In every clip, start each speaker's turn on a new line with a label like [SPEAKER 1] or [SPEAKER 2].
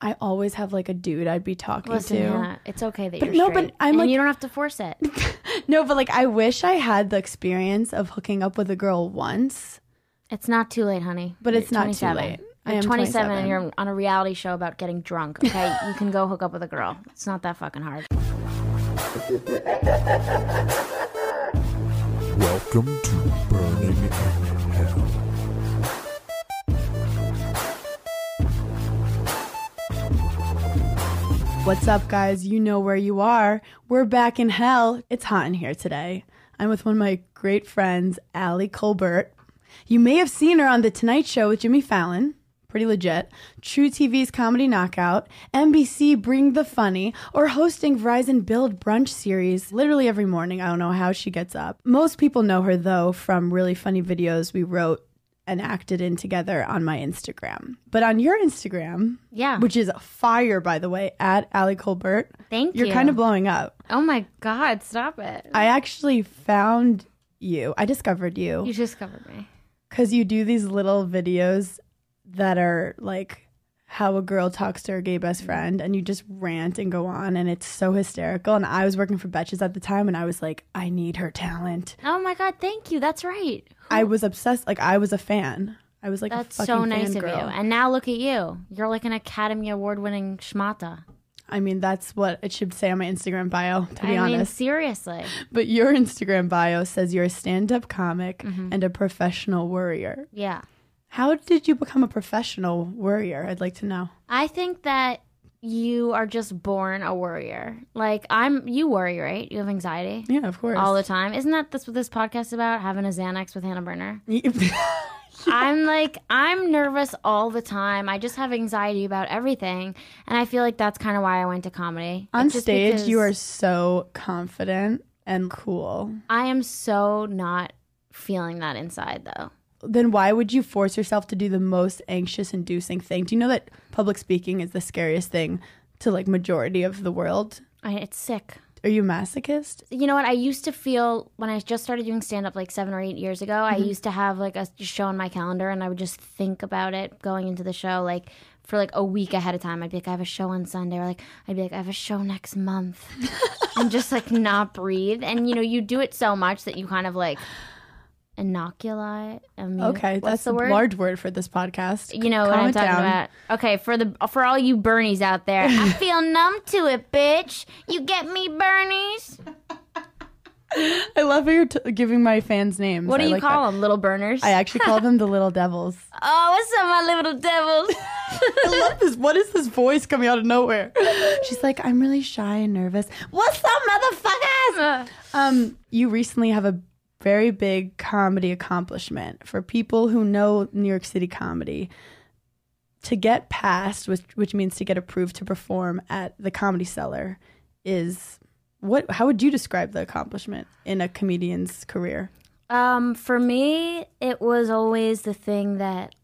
[SPEAKER 1] I always have like a dude I'd be talking
[SPEAKER 2] Listen,
[SPEAKER 1] to.
[SPEAKER 2] Hannah, it's okay that
[SPEAKER 1] But
[SPEAKER 2] you're
[SPEAKER 1] no, but
[SPEAKER 2] straight.
[SPEAKER 1] I'm
[SPEAKER 2] and
[SPEAKER 1] like-
[SPEAKER 2] you don't have to force it.
[SPEAKER 1] No, but like I wish I had the experience of hooking up with a girl once,
[SPEAKER 2] It's not too late, honey.
[SPEAKER 1] but it's
[SPEAKER 2] You're
[SPEAKER 1] not too
[SPEAKER 2] 27.
[SPEAKER 1] late. I
[SPEAKER 2] You're
[SPEAKER 1] am
[SPEAKER 2] 27, and you're on a reality show about getting drunk. Okay, you can go hook up with a girl. It's not that fucking hard.
[SPEAKER 3] Welcome to Burning in Hell.
[SPEAKER 1] What's up, guys? You know where you are. We're back in hell. It's hot in here today. I'm with one of my great friends, Allie Colbert. You may have seen her on The Tonight Show with Jimmy Fallon. Pretty legit. True TV's Comedy Knockout, NBC Bring the Funny, or hosting Verizon Build Brunch series literally every morning. I don't know how she gets up. Most people know her, though, from really funny videos we wrote and acted in together on my Instagram. But on your Instagram,
[SPEAKER 2] Yeah.
[SPEAKER 1] which is fire, by the way, at Allie Colbert.
[SPEAKER 2] Thank
[SPEAKER 1] You're
[SPEAKER 2] you.
[SPEAKER 1] kind of blowing up.
[SPEAKER 2] Oh my god, stop it!
[SPEAKER 1] I actually found you. I discovered
[SPEAKER 2] You
[SPEAKER 1] you
[SPEAKER 2] just covered me.
[SPEAKER 1] because you do these little videos that are like how a girl talks to her gay best friend and you just rant and go on and it's so hysterical. And I was working for Betches at the time and I was like, I need her talent.
[SPEAKER 2] Oh my god, thank you. That's right.
[SPEAKER 1] I was obsessed. Like, I was a fan. I was like, a
[SPEAKER 2] Oh. That's
[SPEAKER 1] fucking
[SPEAKER 2] so nice of
[SPEAKER 1] fangirl.
[SPEAKER 2] you. And now look at you. You're like an Academy Award winning schmata.
[SPEAKER 1] I mean, that's what it should say on my Instagram bio, to be
[SPEAKER 2] I
[SPEAKER 1] honest.
[SPEAKER 2] mean, seriously.
[SPEAKER 1] But your Instagram bio says you're a stand up comic
[SPEAKER 2] Mm-hmm.
[SPEAKER 1] and a professional worrier.
[SPEAKER 2] Yeah.
[SPEAKER 1] How did you become a professional worrier? I'd like to know.
[SPEAKER 2] I think that you are just born a worrier. Like I'm you worry, right? You have anxiety
[SPEAKER 1] Yeah, of course.
[SPEAKER 2] all the time. Isn't that this what this podcast is about? Having a Xanax with Hannah Burner. I'm like I'm nervous all the time. I just have anxiety about everything. And I feel like that's kind of why I went to comedy.
[SPEAKER 1] On
[SPEAKER 2] It's just
[SPEAKER 1] stage, you
[SPEAKER 2] because-
[SPEAKER 1] are so confident and cool.
[SPEAKER 2] I am so not feeling that inside though.
[SPEAKER 1] Then why would you force yourself to do the most anxious inducing thing? Do you know that public speaking is the scariest thing to like majority of the world?
[SPEAKER 2] I, it's sick.
[SPEAKER 1] Are you a masochist?
[SPEAKER 2] you know what i used to feel when i just started doing stand up like seven or eight years ago
[SPEAKER 1] Mm-hmm.
[SPEAKER 2] i used to have like a show on my calendar and i would just think about it going into the show like for like a week ahead of time i'd be like i have a show on sunday or like i'd be like i have a show next month and just like not breathe and you know you do it so much that you kind of like inoculate immu-
[SPEAKER 1] Okay,
[SPEAKER 2] what's
[SPEAKER 1] that's
[SPEAKER 2] the
[SPEAKER 1] a
[SPEAKER 2] word
[SPEAKER 1] large word for this podcast.
[SPEAKER 2] you know what
[SPEAKER 1] Calm
[SPEAKER 2] I'm
[SPEAKER 1] it
[SPEAKER 2] talking
[SPEAKER 1] down.
[SPEAKER 2] about. Okay, for the for all you Bernies out there, I feel numb to it, bitch. You get me, Bernies.
[SPEAKER 1] I love how you're t- giving my fans names.
[SPEAKER 2] What do
[SPEAKER 1] I
[SPEAKER 2] you
[SPEAKER 1] like that.
[SPEAKER 2] call them, little burners?
[SPEAKER 1] I actually call them the little devils.
[SPEAKER 2] Oh, what's up, my little devils?
[SPEAKER 1] I love this. What is this voice coming out of nowhere? She's like, I'm really shy and nervous.
[SPEAKER 2] what's up, motherfuckers?
[SPEAKER 1] Um, you recently have a very big comedy accomplishment for people who know New York City comedy. To get passed, which which means to get approved to perform at the Comedy Cellar, is what? How would you describe the accomplishment in a comedian's career?
[SPEAKER 2] Um, for me, it was always the thing that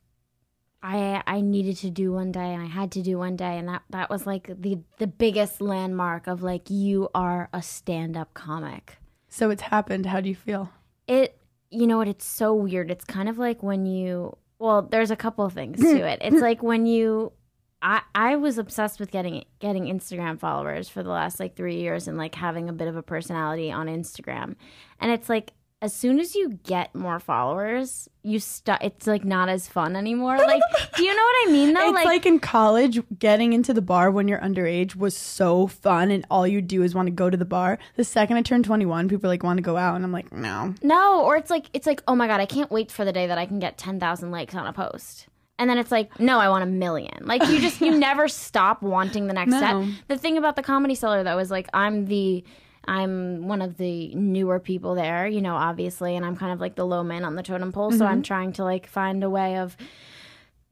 [SPEAKER 2] I I needed to do one day, and I had to do one day, and that that was like the the biggest landmark of like you are a stand up comic.
[SPEAKER 1] So it's happened. How do you feel?
[SPEAKER 2] it you know what it's so weird it's kind of like when you well there's a couple of things to it it's like when you I, I was obsessed with getting getting Instagram followers for the last like three years and like having a bit of a personality on Instagram, and it's like as soon as you get more followers, you stop. It's like not as fun anymore. Like, do you know what I mean? Though,
[SPEAKER 1] It's like, in college, getting into the bar when you're underage was so fun, and all you do is want to go to the bar. The second I turned 21, people like want to go out, and I'm like, no.
[SPEAKER 2] No, or it's like it's like, oh my god, I can't wait for the day that I can get ten thousand likes on a post. And then it's like, no, I want a million. Like you just you never stop wanting the next
[SPEAKER 1] No.
[SPEAKER 2] set. The thing about the comedy cellar though is like I'm the I'm one of the newer people there, you know, obviously, and I'm kind of like the low man on the totem pole, so I'm trying to like find a way of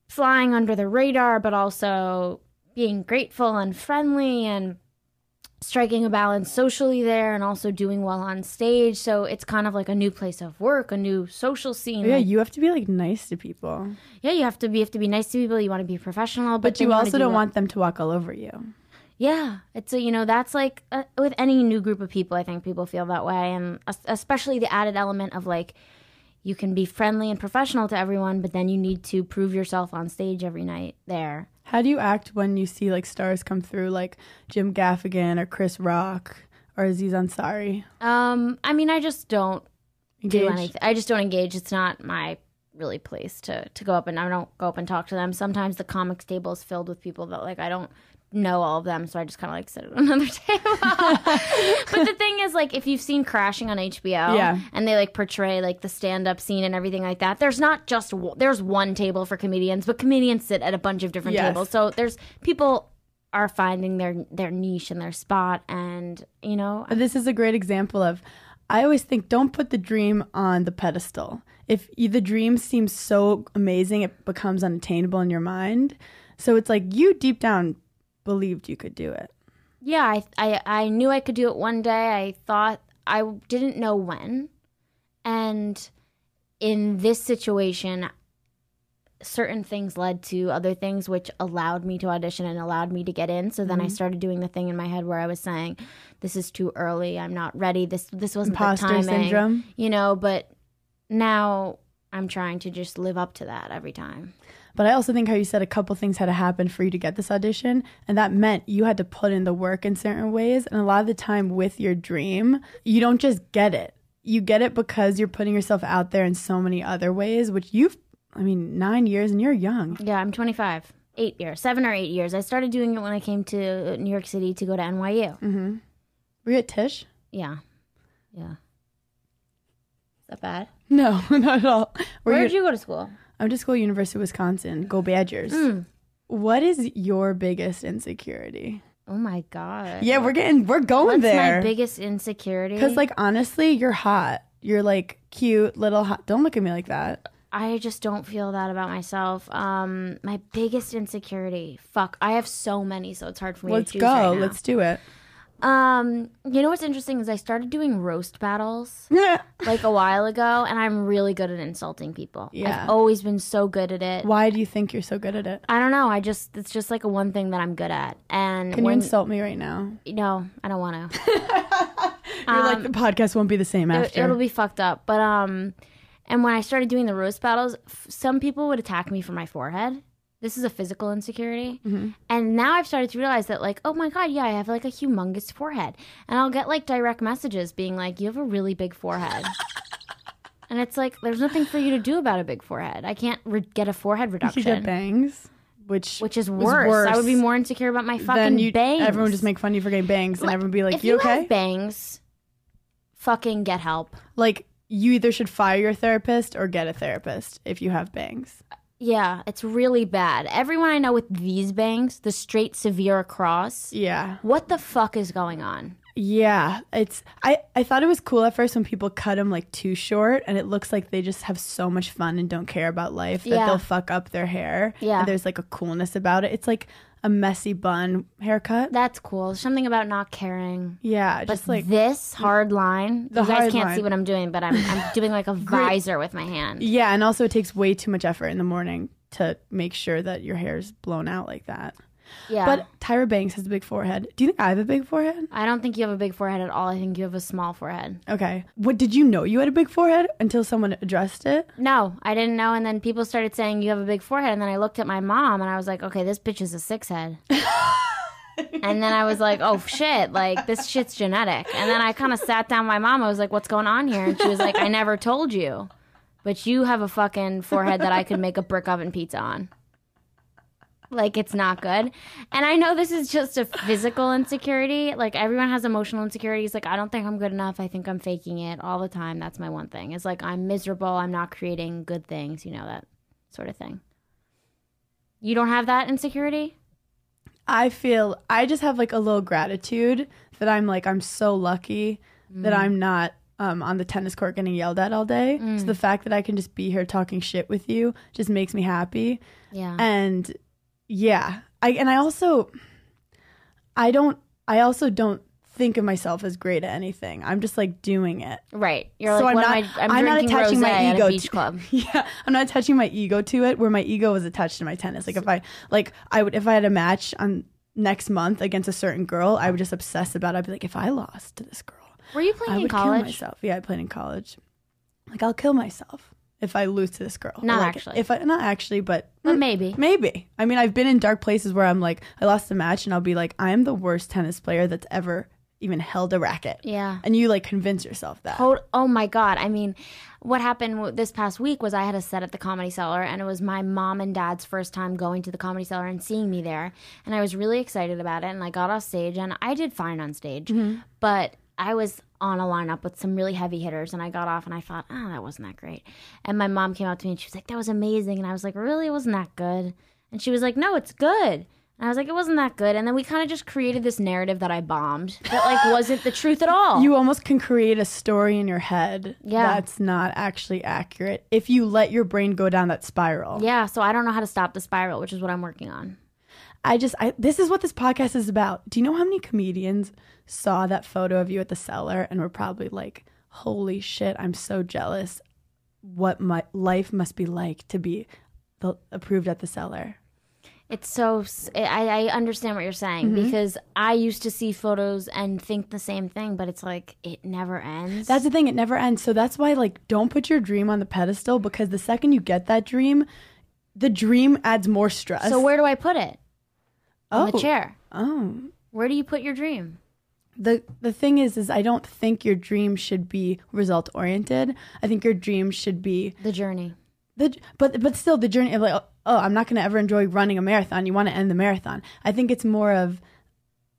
[SPEAKER 2] flying under the radar, but also being grateful and friendly and striking a balance socially there and also doing well on stage. So it's kind of like a new place of work, a new social scene.
[SPEAKER 1] Yeah,
[SPEAKER 2] Like,
[SPEAKER 1] you have to be like nice to people,
[SPEAKER 2] yeah, you have to be you have to be nice to people, you want to be professional, but,
[SPEAKER 1] but
[SPEAKER 2] then
[SPEAKER 1] you
[SPEAKER 2] wanna
[SPEAKER 1] also
[SPEAKER 2] do
[SPEAKER 1] don't
[SPEAKER 2] well-
[SPEAKER 1] want them to walk all over you.
[SPEAKER 2] Yeah, it's a, you know that's like uh, with any new group of people, I think people feel that way and es- especially the added element of like you can be friendly and professional to everyone, but then you need to prove yourself on stage every night there.
[SPEAKER 1] How do you act when you see like stars come through, like Jim Gaffigan or Chris Rock or Aziz Ansari?
[SPEAKER 2] Um, I mean, I just don't do
[SPEAKER 1] Engaged?
[SPEAKER 2] anything. I just don't engage. It's not my really place to to go up and I don't go up and talk to them. Sometimes the comics table is filled with people that like I don't know all of them, so I just kind of like sit at another table. but the thing is, like, if you've seen Crashing on HBO,
[SPEAKER 1] Yeah.
[SPEAKER 2] and they like portray like the stand up scene and everything like that, there's not just w- there's one table for comedians, but comedians sit at a bunch of different
[SPEAKER 1] Yes.
[SPEAKER 2] tables, so there's people are finding their their niche and their spot, and you know,
[SPEAKER 1] But Uh, this is a great example of I always think don't put the dream on the pedestal. If you, the dream seems so amazing, it becomes unattainable in your mind. So it's like you deep down believed you could do it.
[SPEAKER 2] Yeah, I, I I knew I could do it one day. I thought I didn't know when, and in this situation, certain things led to other things, which allowed me to audition and allowed me to get in. So
[SPEAKER 1] Mm-hmm.
[SPEAKER 2] then I started doing the thing in my head where I was saying, "This is too early. I'm not ready. This this wasn't the
[SPEAKER 1] Imposter
[SPEAKER 2] timing."
[SPEAKER 1] syndrome.
[SPEAKER 2] you know. But now I'm trying to just live up to that every time.
[SPEAKER 1] But I also think how you said a couple things had to happen for you to get this audition. And that meant you had to put in the work in certain ways. And a lot of the time with your dream, you don't just get it. You get it because you're putting yourself out there in so many other ways, which you've, I mean, nine years and you're young.
[SPEAKER 2] Yeah, I'm 25. Eight years, seven or eight years. I started doing it when I came to New York City to go to NYU.
[SPEAKER 1] Were you at Tish?
[SPEAKER 2] Yeah, yeah. Is that bad?
[SPEAKER 1] No, not at all. Were
[SPEAKER 2] Where
[SPEAKER 1] you,
[SPEAKER 2] did you go to school?
[SPEAKER 1] I'm just school University of Wisconsin. Go Badgers.
[SPEAKER 2] Hmm.
[SPEAKER 1] What is your biggest insecurity?
[SPEAKER 2] Oh my god.
[SPEAKER 1] Yeah, we're getting we're going
[SPEAKER 2] What's
[SPEAKER 1] there.
[SPEAKER 2] my biggest insecurity?
[SPEAKER 1] Cuz like honestly, you're hot. You're like cute, little hot. Don't look at me like that.
[SPEAKER 2] I just don't feel that about myself. Um, my biggest insecurity. Fuck, I have so many, so it's hard for me
[SPEAKER 1] Let's
[SPEAKER 2] to choose
[SPEAKER 1] go.
[SPEAKER 2] right now.
[SPEAKER 1] Let's do it.
[SPEAKER 2] Um, you know what's interesting is I started doing roast battles. like a while ago, and I'm really good at insulting people.
[SPEAKER 1] Yeah.
[SPEAKER 2] I've always been so good at it.
[SPEAKER 1] Why do you think you're so good at it?
[SPEAKER 2] I don't know. I just it's just like a one thing that I'm good at. And
[SPEAKER 1] Can you
[SPEAKER 2] when
[SPEAKER 1] insult me right now?
[SPEAKER 2] no, I don't want to.
[SPEAKER 1] You're like the podcast won't be the same after.
[SPEAKER 2] Um, It'll be fucked up. But um, and when I started doing the roast battles, f- some people would attack me for my forehead. This is a physical insecurity.
[SPEAKER 1] Mm-hmm.
[SPEAKER 2] And now I've started to realize that, like, oh my God, yeah, I have like a humongous forehead. And I'll get like direct messages being like, you have a really big forehead. and it's like, there's nothing for you to do about a big forehead. I can't re- get a forehead
[SPEAKER 1] you
[SPEAKER 2] reduction.
[SPEAKER 1] get bangs, which
[SPEAKER 2] which is
[SPEAKER 1] was
[SPEAKER 2] worse. I would be more insecure about my fucking
[SPEAKER 1] then you
[SPEAKER 2] bangs.
[SPEAKER 1] everyone just make fun of you for getting bangs and everyone be like,
[SPEAKER 2] if
[SPEAKER 1] "You okay?"
[SPEAKER 2] have bangs, fucking get help.
[SPEAKER 1] like you either should fire your therapist or get a therapist if you have bangs.
[SPEAKER 2] Yeah, it's really bad. Everyone I know with these bangs, the straight severe across.
[SPEAKER 1] Yeah.
[SPEAKER 2] What the fuck is going on?
[SPEAKER 1] Yeah. It's I I thought it was cool at first when people cut them like too short and it looks like they just have so much fun and don't care about life that
[SPEAKER 2] Yeah.
[SPEAKER 1] they'll fuck up their hair.
[SPEAKER 2] Yeah.
[SPEAKER 1] And there's like a coolness about it. It's like a messy bun haircut.
[SPEAKER 2] That's cool. Something about not caring.
[SPEAKER 1] yeah, just like
[SPEAKER 2] this hard line.
[SPEAKER 1] The
[SPEAKER 2] you guys
[SPEAKER 1] hard
[SPEAKER 2] can't
[SPEAKER 1] line.
[SPEAKER 2] see what I'm doing, but I'm I'm doing like a visor with my hand.
[SPEAKER 1] yeah, and also it takes way too much effort in the morning to make sure that your hair's blown out like that.
[SPEAKER 2] Yeah.
[SPEAKER 1] But Tyra Banks has a big forehead. Do you think I have a big forehead?
[SPEAKER 2] I don't think you have a big forehead at all. I think you have a small forehead.
[SPEAKER 1] Okay. What did you know you had a big forehead until someone addressed it?
[SPEAKER 2] No, I didn't know. And then people started saying you have a big forehead. And then I looked at my mom and I was like, okay, this bitch is a six head. and then I was like, oh shit, like this shit's genetic. And then I kind of sat down with my mom. I was like, what's going on here? And she was like, I never told you. But you have a fucking forehead that I could make a brick oven pizza on. Like it's not good. And I know this is just a physical insecurity. Like everyone has emotional insecurities. Like I don't think I'm good enough. I think I'm faking it all the time. That's my one thing. It's like I'm miserable. I'm not creating good things, you know, that sort of thing. You don't have that insecurity?
[SPEAKER 1] I feel I just have like a little gratitude that I'm like I'm so lucky that I'm not um, on the tennis court getting yelled at all day. So the fact that I can just be here talking shit with you just makes me happy.
[SPEAKER 2] Yeah.
[SPEAKER 1] And yeah, I and I also I don't I also don't think of myself as great at anything. I'm just like doing it.
[SPEAKER 2] right. You're
[SPEAKER 1] So
[SPEAKER 2] like
[SPEAKER 1] I'm
[SPEAKER 2] what
[SPEAKER 1] not-
[SPEAKER 2] am I I'm,
[SPEAKER 1] I'm not
[SPEAKER 2] drinking
[SPEAKER 1] attaching
[SPEAKER 2] rosé
[SPEAKER 1] my
[SPEAKER 2] at
[SPEAKER 1] ego
[SPEAKER 2] a beach
[SPEAKER 1] to-
[SPEAKER 2] club.
[SPEAKER 1] Yeah, I'm not attaching my ego to it where my ego was attached to my tennis. Like if I like I would if I had a match on next month against a certain girl, I would just obsess about it. I'd be like, if I lost to this girl,
[SPEAKER 2] Were you
[SPEAKER 1] I
[SPEAKER 2] playing in
[SPEAKER 1] would kill
[SPEAKER 2] college?
[SPEAKER 1] myself. Yeah, I played in college. Like I'll kill myself. if I lose to this girl.
[SPEAKER 2] Not
[SPEAKER 1] Or, like,
[SPEAKER 2] actually.
[SPEAKER 1] If I not actually, but
[SPEAKER 2] But maybe.
[SPEAKER 1] maybe. I mean, I've been in dark places where I'm like, I lost a match, and I'll be like, I am the worst tennis player that's ever even held a racket.
[SPEAKER 2] Yeah.
[SPEAKER 1] And you like convince yourself that.
[SPEAKER 2] Oh, oh my god! I mean, what happened w- this past week was I had a set at the Comedy Cellar, and it was my mom and dad's first time going to the Comedy Cellar and seeing me there, and I was really excited about it. And I got off stage, and I did fine on stage, but I was on a lineup with some really heavy hitters, and I got off, and I thought, oh, that wasn't that great. And my mom came up to me, and she was like, "That was amazing," and I was like, "Really? It wasn't that good?" And she was like, "No, it's good." And I was like, it wasn't that good. And then we kind of just created this narrative that I bombed that like wasn't the truth at all.
[SPEAKER 1] You almost can create a story in your head
[SPEAKER 2] Yeah.
[SPEAKER 1] that's not actually accurate if you let your brain go down that spiral.
[SPEAKER 2] Yeah, so I don't know how to stop the spiral, which is what I'm working on.
[SPEAKER 1] I just, I, this is what this podcast is about. Do you know how many comedians saw that photo of you at the cellar and were probably like, holy shit, I'm so jealous. What my life must be like to be the, approved at the cellar.
[SPEAKER 2] It's so s- I, I understand what you're saying because I used to see photos and think the same thing, but it's like it never ends.
[SPEAKER 1] That's the thing, it never ends. So that's why, like, don't put your dream on the pedestal because the second you get that dream, the dream adds more stress.
[SPEAKER 2] so. Where do I put it? On the chair.
[SPEAKER 1] Oh.
[SPEAKER 2] Where do you put your dream?
[SPEAKER 1] the the thing is is I don't think your dream should be result oriented. I think your dream should be
[SPEAKER 2] The journey.
[SPEAKER 1] the but but still the journey of like oh I'm not going to ever enjoy running a marathon. You want to end the marathon. I think it's more of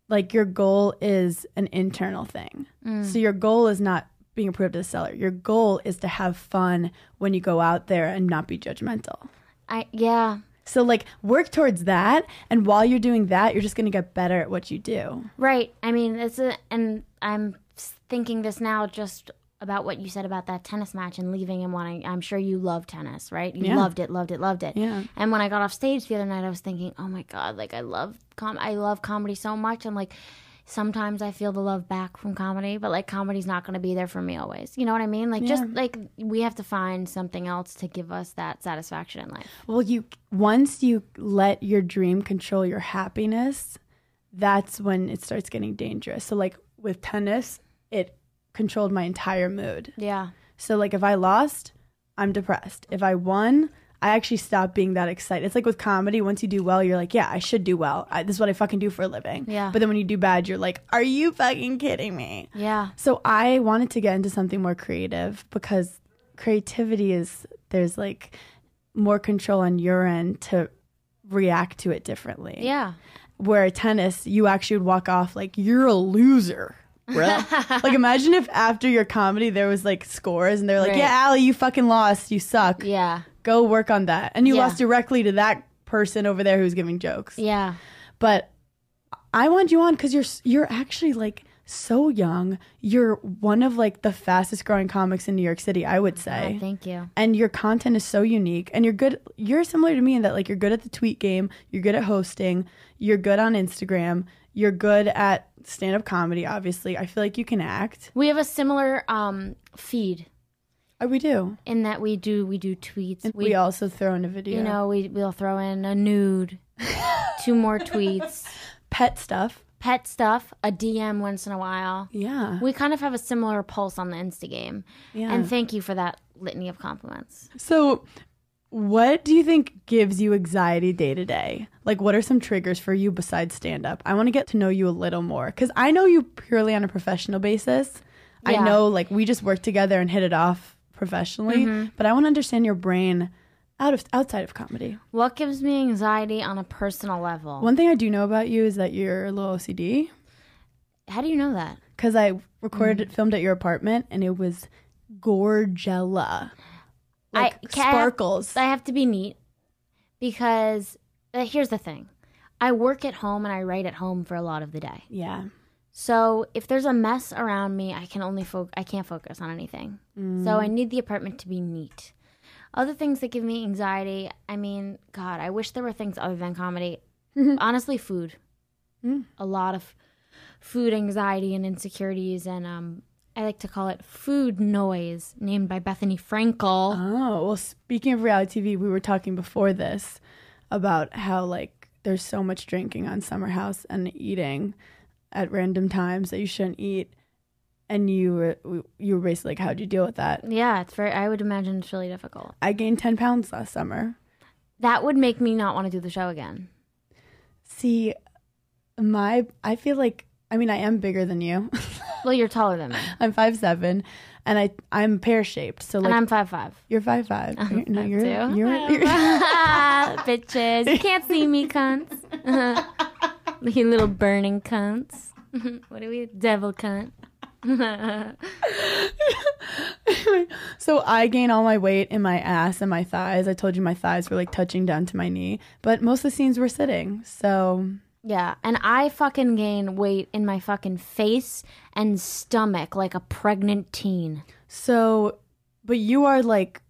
[SPEAKER 1] like your goal is an internal thing. So your goal is not being approved as a seller. Your goal is to have fun when you go out there and not be judgmental.
[SPEAKER 2] I yeah.
[SPEAKER 1] So like work towards that and while you're doing that, you're just going to get better at what you do.
[SPEAKER 2] Right. I mean, it's a, and I'm s- thinking this now just about what you said about that tennis match and leaving and wanting. I'm sure you love tennis, right? You
[SPEAKER 1] Yeah.
[SPEAKER 2] loved it, loved it, loved it.
[SPEAKER 1] Yeah.
[SPEAKER 2] And when I got off stage the other night, I was thinking, oh my god, like I love com, I love comedy so much, and like. Sometimes I feel the love back from comedy, but like comedy's not going to be there for me always. You know what I mean? Like just like we have to find something else to give us that satisfaction in life.
[SPEAKER 1] Well, you once you let your dream control your happiness, that's when it starts getting dangerous. So like with tennis, it controlled my entire mood.
[SPEAKER 2] Yeah.
[SPEAKER 1] So like if I lost, I'm depressed. If I won, I actually stopped being that excited. It's like with comedy, once you do well, you're like, yeah, I should do well. I, this is what I fucking do for a living.
[SPEAKER 2] Yeah.
[SPEAKER 1] But then when you do bad, you're like, are you fucking kidding me?
[SPEAKER 2] Yeah.
[SPEAKER 1] So I wanted to get into something more creative because creativity is there's like more control on your end to react to it differently.
[SPEAKER 2] Yeah.
[SPEAKER 1] Where tennis, you actually would walk off like you're a loser. bruh." like imagine if after your comedy there was like scores and they're like,
[SPEAKER 2] Right.
[SPEAKER 1] Yeah, Allie, you fucking lost. You suck.
[SPEAKER 2] Yeah.
[SPEAKER 1] Go work on that. And you
[SPEAKER 2] Yeah.
[SPEAKER 1] lost directly to that person over there who's giving jokes
[SPEAKER 2] Yeah.
[SPEAKER 1] but I want you on because you're you're actually like so young. You're one of like the fastest growing comics in New York City, I would say.
[SPEAKER 2] Oh, thank you.
[SPEAKER 1] and your content is so unique, and you're good. You're similar to me in that like you're good at the tweet game. You're good at hosting. You're good on Instagram. You're good at stand up comedy. Obviously, I feel like you can act.
[SPEAKER 2] We have a similar um feed
[SPEAKER 1] Oh, we do.
[SPEAKER 2] in that we do we do tweets.
[SPEAKER 1] And we,
[SPEAKER 2] we,
[SPEAKER 1] also throw in a video.
[SPEAKER 2] you know we we'll throw in a nude, two more tweets,
[SPEAKER 1] pet stuff.
[SPEAKER 2] pet stuff, a DM once in a while.
[SPEAKER 1] Yeah.
[SPEAKER 2] We kind of have a similar pulse on the Insta game.
[SPEAKER 1] Yeah.
[SPEAKER 2] And thank you for that litany of compliments.
[SPEAKER 1] So, what do you think gives you anxiety day to day? Like, what are some triggers for you besides stand up? I want to get to know you a little more because I know you purely on a professional basis. I
[SPEAKER 2] Yeah.
[SPEAKER 1] know, like, we just work together and hit it off professionally,
[SPEAKER 2] Mm-hmm.
[SPEAKER 1] but I want to understand your brain out of outside of comedy.
[SPEAKER 2] What gives me anxiety on a personal level?
[SPEAKER 1] One thing I do know about you is that you're a little OCD
[SPEAKER 2] How do you know that?
[SPEAKER 1] because I
[SPEAKER 2] Mm-hmm.
[SPEAKER 1] recorded, filmed at your apartment, and it was gorgella,
[SPEAKER 2] I-
[SPEAKER 1] like
[SPEAKER 2] can I have-
[SPEAKER 1] sparkles.
[SPEAKER 2] I have to be neat because uh, here's the thing. I work at home and I write at home for a lot of the day.
[SPEAKER 1] yeah,
[SPEAKER 2] So if there's a mess around me, I can only fo- I can't focus on anything. So I need the apartment to be neat. Other things that give me anxiety, I mean, God, I wish there were things other than comedy. Honestly, food. A lot of food anxiety and insecurities, and um, I like to call it food noise, named by Bethany Frankel.
[SPEAKER 1] Oh, well, speaking of reality TV, we were talking before this about how, like, there's so much drinking on Summer House and eating at random times that you shouldn't eat. and you were you were basically like, how'd you deal with that?
[SPEAKER 2] Yeah, it's very. I would imagine it's really difficult.
[SPEAKER 1] I gained ten pounds last summer.
[SPEAKER 2] That would make me not want to do the show again.
[SPEAKER 1] See, my I feel like I mean I am bigger than you.
[SPEAKER 2] Well, you're taller than me,
[SPEAKER 1] I'm five seven, and I I'm pear shaped. So like
[SPEAKER 2] and I'm five five.
[SPEAKER 1] you're five five. You're, no, you're,
[SPEAKER 2] too.
[SPEAKER 1] you're, you're-
[SPEAKER 2] Bitches, you can't see me, cunts. you little burning cunts. what are we, devil cunt?
[SPEAKER 1] so I gain all my weight in my ass and my thighs. I told you my thighs were like touching down to my knee, but most of the scenes were sitting. So
[SPEAKER 2] Yeah, and I fucking gain weight in my fucking face and stomach like a pregnant teen.
[SPEAKER 1] so, but you are like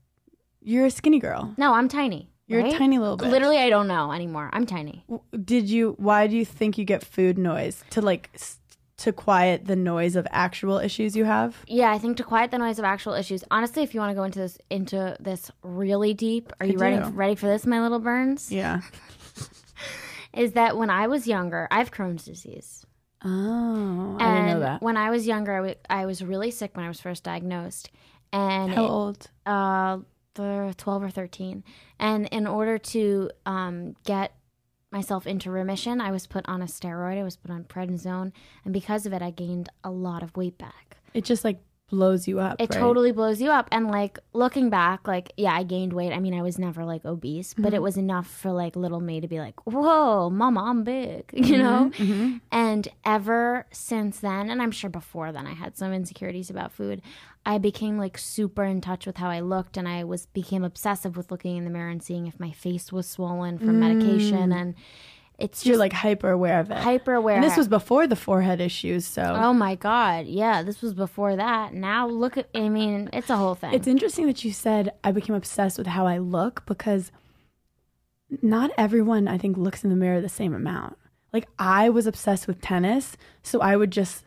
[SPEAKER 1] you're a skinny girl.
[SPEAKER 2] No, I'm tiny.
[SPEAKER 1] You're
[SPEAKER 2] right?
[SPEAKER 1] a tiny little bit.
[SPEAKER 2] Literally, I don't know anymore. I'm tiny.
[SPEAKER 1] did you why do you think you get food noise to like s- to quiet the noise of actual issues you have
[SPEAKER 2] Yeah, I think to quiet the noise of actual issues. Honestly, if you want to go into this into this really deep, are you ready
[SPEAKER 1] do.
[SPEAKER 2] ready for this, my little burns?
[SPEAKER 1] yeah
[SPEAKER 2] Is that when I was younger, I have Crohn's disease.
[SPEAKER 1] oh i
[SPEAKER 2] and
[SPEAKER 1] didn't know that
[SPEAKER 2] when I was younger, I wa- I was really sick when I was first diagnosed, and
[SPEAKER 1] how
[SPEAKER 2] it-
[SPEAKER 1] old
[SPEAKER 2] uh, th- 12 or 13. And in order to um, get myself into remission, I was put on a steroid. I was put on prednisone. And because of it, I gained a lot of weight back.
[SPEAKER 1] it just like blows you up
[SPEAKER 2] It
[SPEAKER 1] right?
[SPEAKER 2] totally blows you up. And like looking back, like, yeah, I gained weight. I mean, I was never like obese, but
[SPEAKER 1] Mm-hmm.
[SPEAKER 2] it was enough for like little me to be like, whoa, mama, I'm big, you know?
[SPEAKER 1] Mm-hmm.
[SPEAKER 2] And ever since then, and I'm sure before then, I had some insecurities about food. I became like super in touch with how I looked, and I was became obsessive with looking in the mirror and seeing if my face was swollen from medication. And it's
[SPEAKER 1] Mm. you're
[SPEAKER 2] just
[SPEAKER 1] like hyper aware of it
[SPEAKER 2] hyper aware.
[SPEAKER 1] and this was before the forehead issues so
[SPEAKER 2] oh my god, yeah, this was before that. Now look at, I mean, it's a whole thing.
[SPEAKER 1] It's interesting that you said I became obsessed with how I look because not everyone I think looks in the mirror the same amount. Like I was obsessed with tennis, so I would just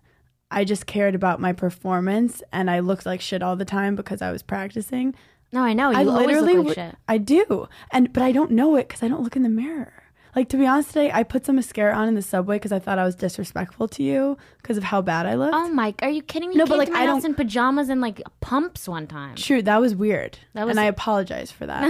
[SPEAKER 1] I just cared about my performance and I looked like shit all the time because I was practicing.
[SPEAKER 2] no, I know you
[SPEAKER 1] I
[SPEAKER 2] always
[SPEAKER 1] literally
[SPEAKER 2] look like
[SPEAKER 1] would-
[SPEAKER 2] shit.
[SPEAKER 1] I do. And but I don't know it cuz I don't look in the mirror. Like to be honest today, I put some mascara on in the subway cuz I thought I was disrespectful to you cuz of how bad I looked.
[SPEAKER 2] Oh my, are you kidding me?
[SPEAKER 1] No,
[SPEAKER 2] You
[SPEAKER 1] but,
[SPEAKER 2] came
[SPEAKER 1] like,
[SPEAKER 2] to my
[SPEAKER 1] I
[SPEAKER 2] house
[SPEAKER 1] don't-
[SPEAKER 2] in pajamas and like pumps one time.
[SPEAKER 1] True, that was weird.
[SPEAKER 2] That was-
[SPEAKER 1] and I apologize for that.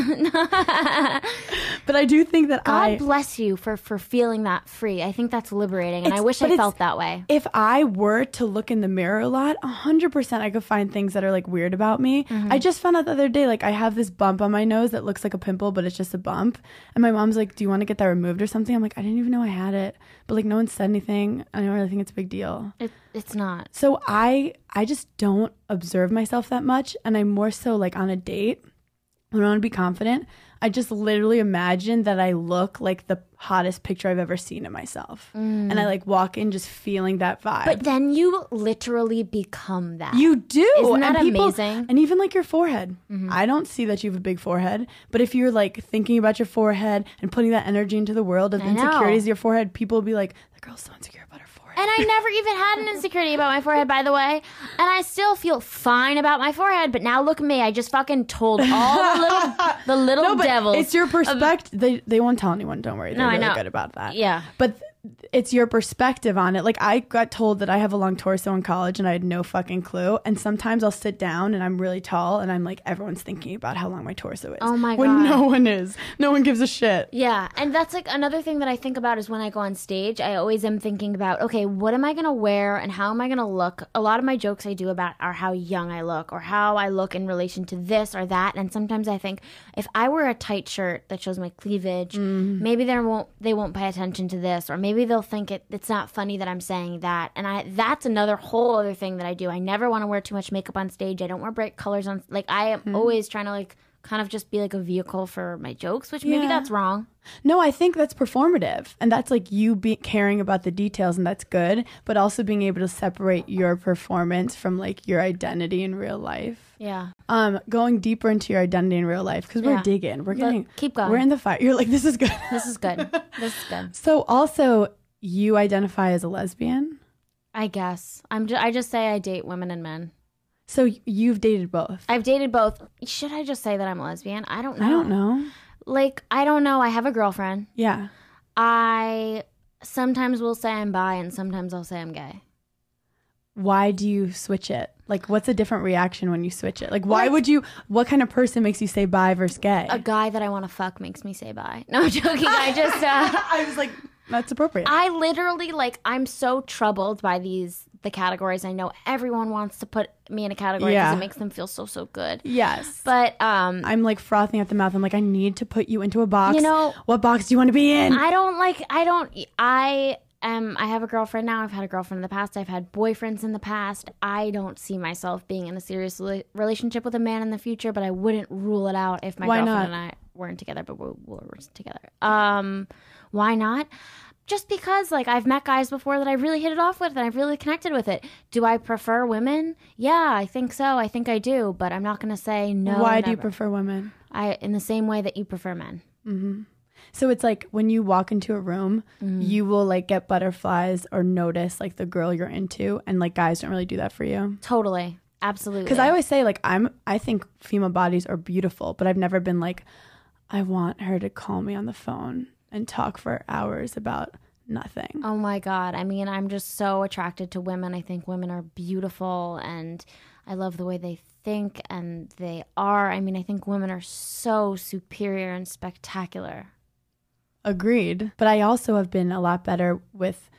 [SPEAKER 1] but I do think that
[SPEAKER 2] God
[SPEAKER 1] I
[SPEAKER 2] bless you for for feeling that free. I think that's liberating, and I
[SPEAKER 1] It's-
[SPEAKER 2] wish
[SPEAKER 1] but
[SPEAKER 2] I
[SPEAKER 1] it's-
[SPEAKER 2] felt that way.
[SPEAKER 1] if I were to look in the mirror a lot, 100% I could find things that are like weird about me.
[SPEAKER 2] Mm-hmm.
[SPEAKER 1] I just found out the other day like I have this bump on my nose that looks like a pimple but it's just a bump. And my mom's like, "Do you want to get that removed or something?" I'm like, "I didn't even know I had it." But like no one said anything. I don't really think it's a big deal.
[SPEAKER 2] It, it's not.
[SPEAKER 1] So I I just don't observe myself that much and I'm more so like on a date when I want to be confident, I just literally imagine that I look like the hottest picture I've ever seen of myself. And I like walk in just feeling that vibe.
[SPEAKER 2] Mm. But then you literally become that.
[SPEAKER 1] you do.
[SPEAKER 2] Isn't that
[SPEAKER 1] and people-
[SPEAKER 2] amazing? Mm-hmm.
[SPEAKER 1] And even like your forehead. I don't see that you have a big forehead, but if you're like thinking about your forehead and putting that energy into the world of
[SPEAKER 2] I know.
[SPEAKER 1] insecurities of your forehead, people will be like, "The girl's so insecure about her forehead."
[SPEAKER 2] and I never even had an insecurity about my forehead, by the way. And I still feel fine about my forehead. But now look at me. I just fucking told all the little the little
[SPEAKER 1] No, but
[SPEAKER 2] devils.
[SPEAKER 1] It's your perspective. they they won't tell anyone. Don't worry. They're
[SPEAKER 2] No, I
[SPEAKER 1] really
[SPEAKER 2] know.
[SPEAKER 1] good about that.
[SPEAKER 2] Yeah.
[SPEAKER 1] But th- it's your perspective on it. Like I got told that I have a long torso in college, and I had no fucking clue. And sometimes I'll sit down, and I'm really tall, and I'm like, everyone's thinking about how long my torso is.
[SPEAKER 2] Oh my
[SPEAKER 1] When
[SPEAKER 2] God.
[SPEAKER 1] no one is, no one gives a shit.
[SPEAKER 2] Yeah, and that's like another thing that I think about is when I go on stage, I always am thinking about, okay, what am I going to wear and how am I going to look? A lot of my jokes I do about are how young I look or how I look in relation to this or that, and sometimes I think if I wear a tight shirt that shows my cleavage, maybe they won't they won't pay attention to this or maybe they'll think it it's not funny that I'm saying that. And I that's another whole other thing that I do. I never want to wear too much makeup on stage. I don't wear bright colors on like I am always trying to like kind of just be like a vehicle for my jokes, which maybe
[SPEAKER 1] Yeah.
[SPEAKER 2] that's wrong.
[SPEAKER 1] No, I think that's performative, and that's like you be caring about the details, and that's good. But also being able to separate your performance from like your identity in real life.
[SPEAKER 2] Yeah.
[SPEAKER 1] um going deeper into your identity in real life because we're
[SPEAKER 2] Yeah.
[SPEAKER 1] digging we're
[SPEAKER 2] Look,
[SPEAKER 1] getting
[SPEAKER 2] keep going.
[SPEAKER 1] we're in the fire you're like this is good
[SPEAKER 2] This is good. this is good.
[SPEAKER 1] so also you identify as a lesbian
[SPEAKER 2] I guess. I'm ju- I just say I date women and men.
[SPEAKER 1] so y- you've dated both
[SPEAKER 2] I've dated both. Should I just say that I'm a lesbian? I don't know.
[SPEAKER 1] i don't know
[SPEAKER 2] Like I don't know. I have a girlfriend.
[SPEAKER 1] yeah
[SPEAKER 2] I sometimes will say I'm bi and sometimes I'll say I'm gay.
[SPEAKER 1] why do you switch it? Like, what's a different reaction when you switch it? Like, why would you? What kind of person makes you say bi versus gay?
[SPEAKER 2] A guy that I want to fuck makes me say bye. No, I'm joking. I just. Uh,
[SPEAKER 1] I was like, that's appropriate.
[SPEAKER 2] I literally like I'm so troubled by these the categories. I know everyone wants to put me in a category because
[SPEAKER 1] Yeah.
[SPEAKER 2] it makes them feel so so good.
[SPEAKER 1] yes,
[SPEAKER 2] But um
[SPEAKER 1] I'm like frothing at the mouth. I'm like, I need to put you into a box.
[SPEAKER 2] You know-
[SPEAKER 1] what box do you want to be in?
[SPEAKER 2] I don't like I don't I um I have a girlfriend now. I've had a girlfriend in the past. I've had boyfriends in the past. I don't see myself being in a serious rela- relationship with a man in the future, but I wouldn't rule it out if my
[SPEAKER 1] Why
[SPEAKER 2] girlfriend
[SPEAKER 1] not?
[SPEAKER 2] and I weren't together, but we're, we're together. Um why not? Just because like I've met guys before that I really hit it off with and I've really connected with it. Do I prefer women? Yeah, I think so. I think I do, but I'm not going to say no.
[SPEAKER 1] why do you
[SPEAKER 2] never.
[SPEAKER 1] prefer women?
[SPEAKER 2] I in the same way that you prefer men.
[SPEAKER 1] So it's like when you walk into a room, you will like get butterflies or notice like the girl you're into, and like guys don't really do that for you.
[SPEAKER 2] Totally. Absolutely.
[SPEAKER 1] Because I always say like I'm, I think female bodies are beautiful, but I've never been like, I want her to call me on the phone and talk for hours about nothing.
[SPEAKER 2] Oh my God. I mean, I'm just so attracted to women. I think women are beautiful and I love the way they think and they are. I mean, I think women are so superior and spectacular.
[SPEAKER 1] Agreed. But I also have been a lot better with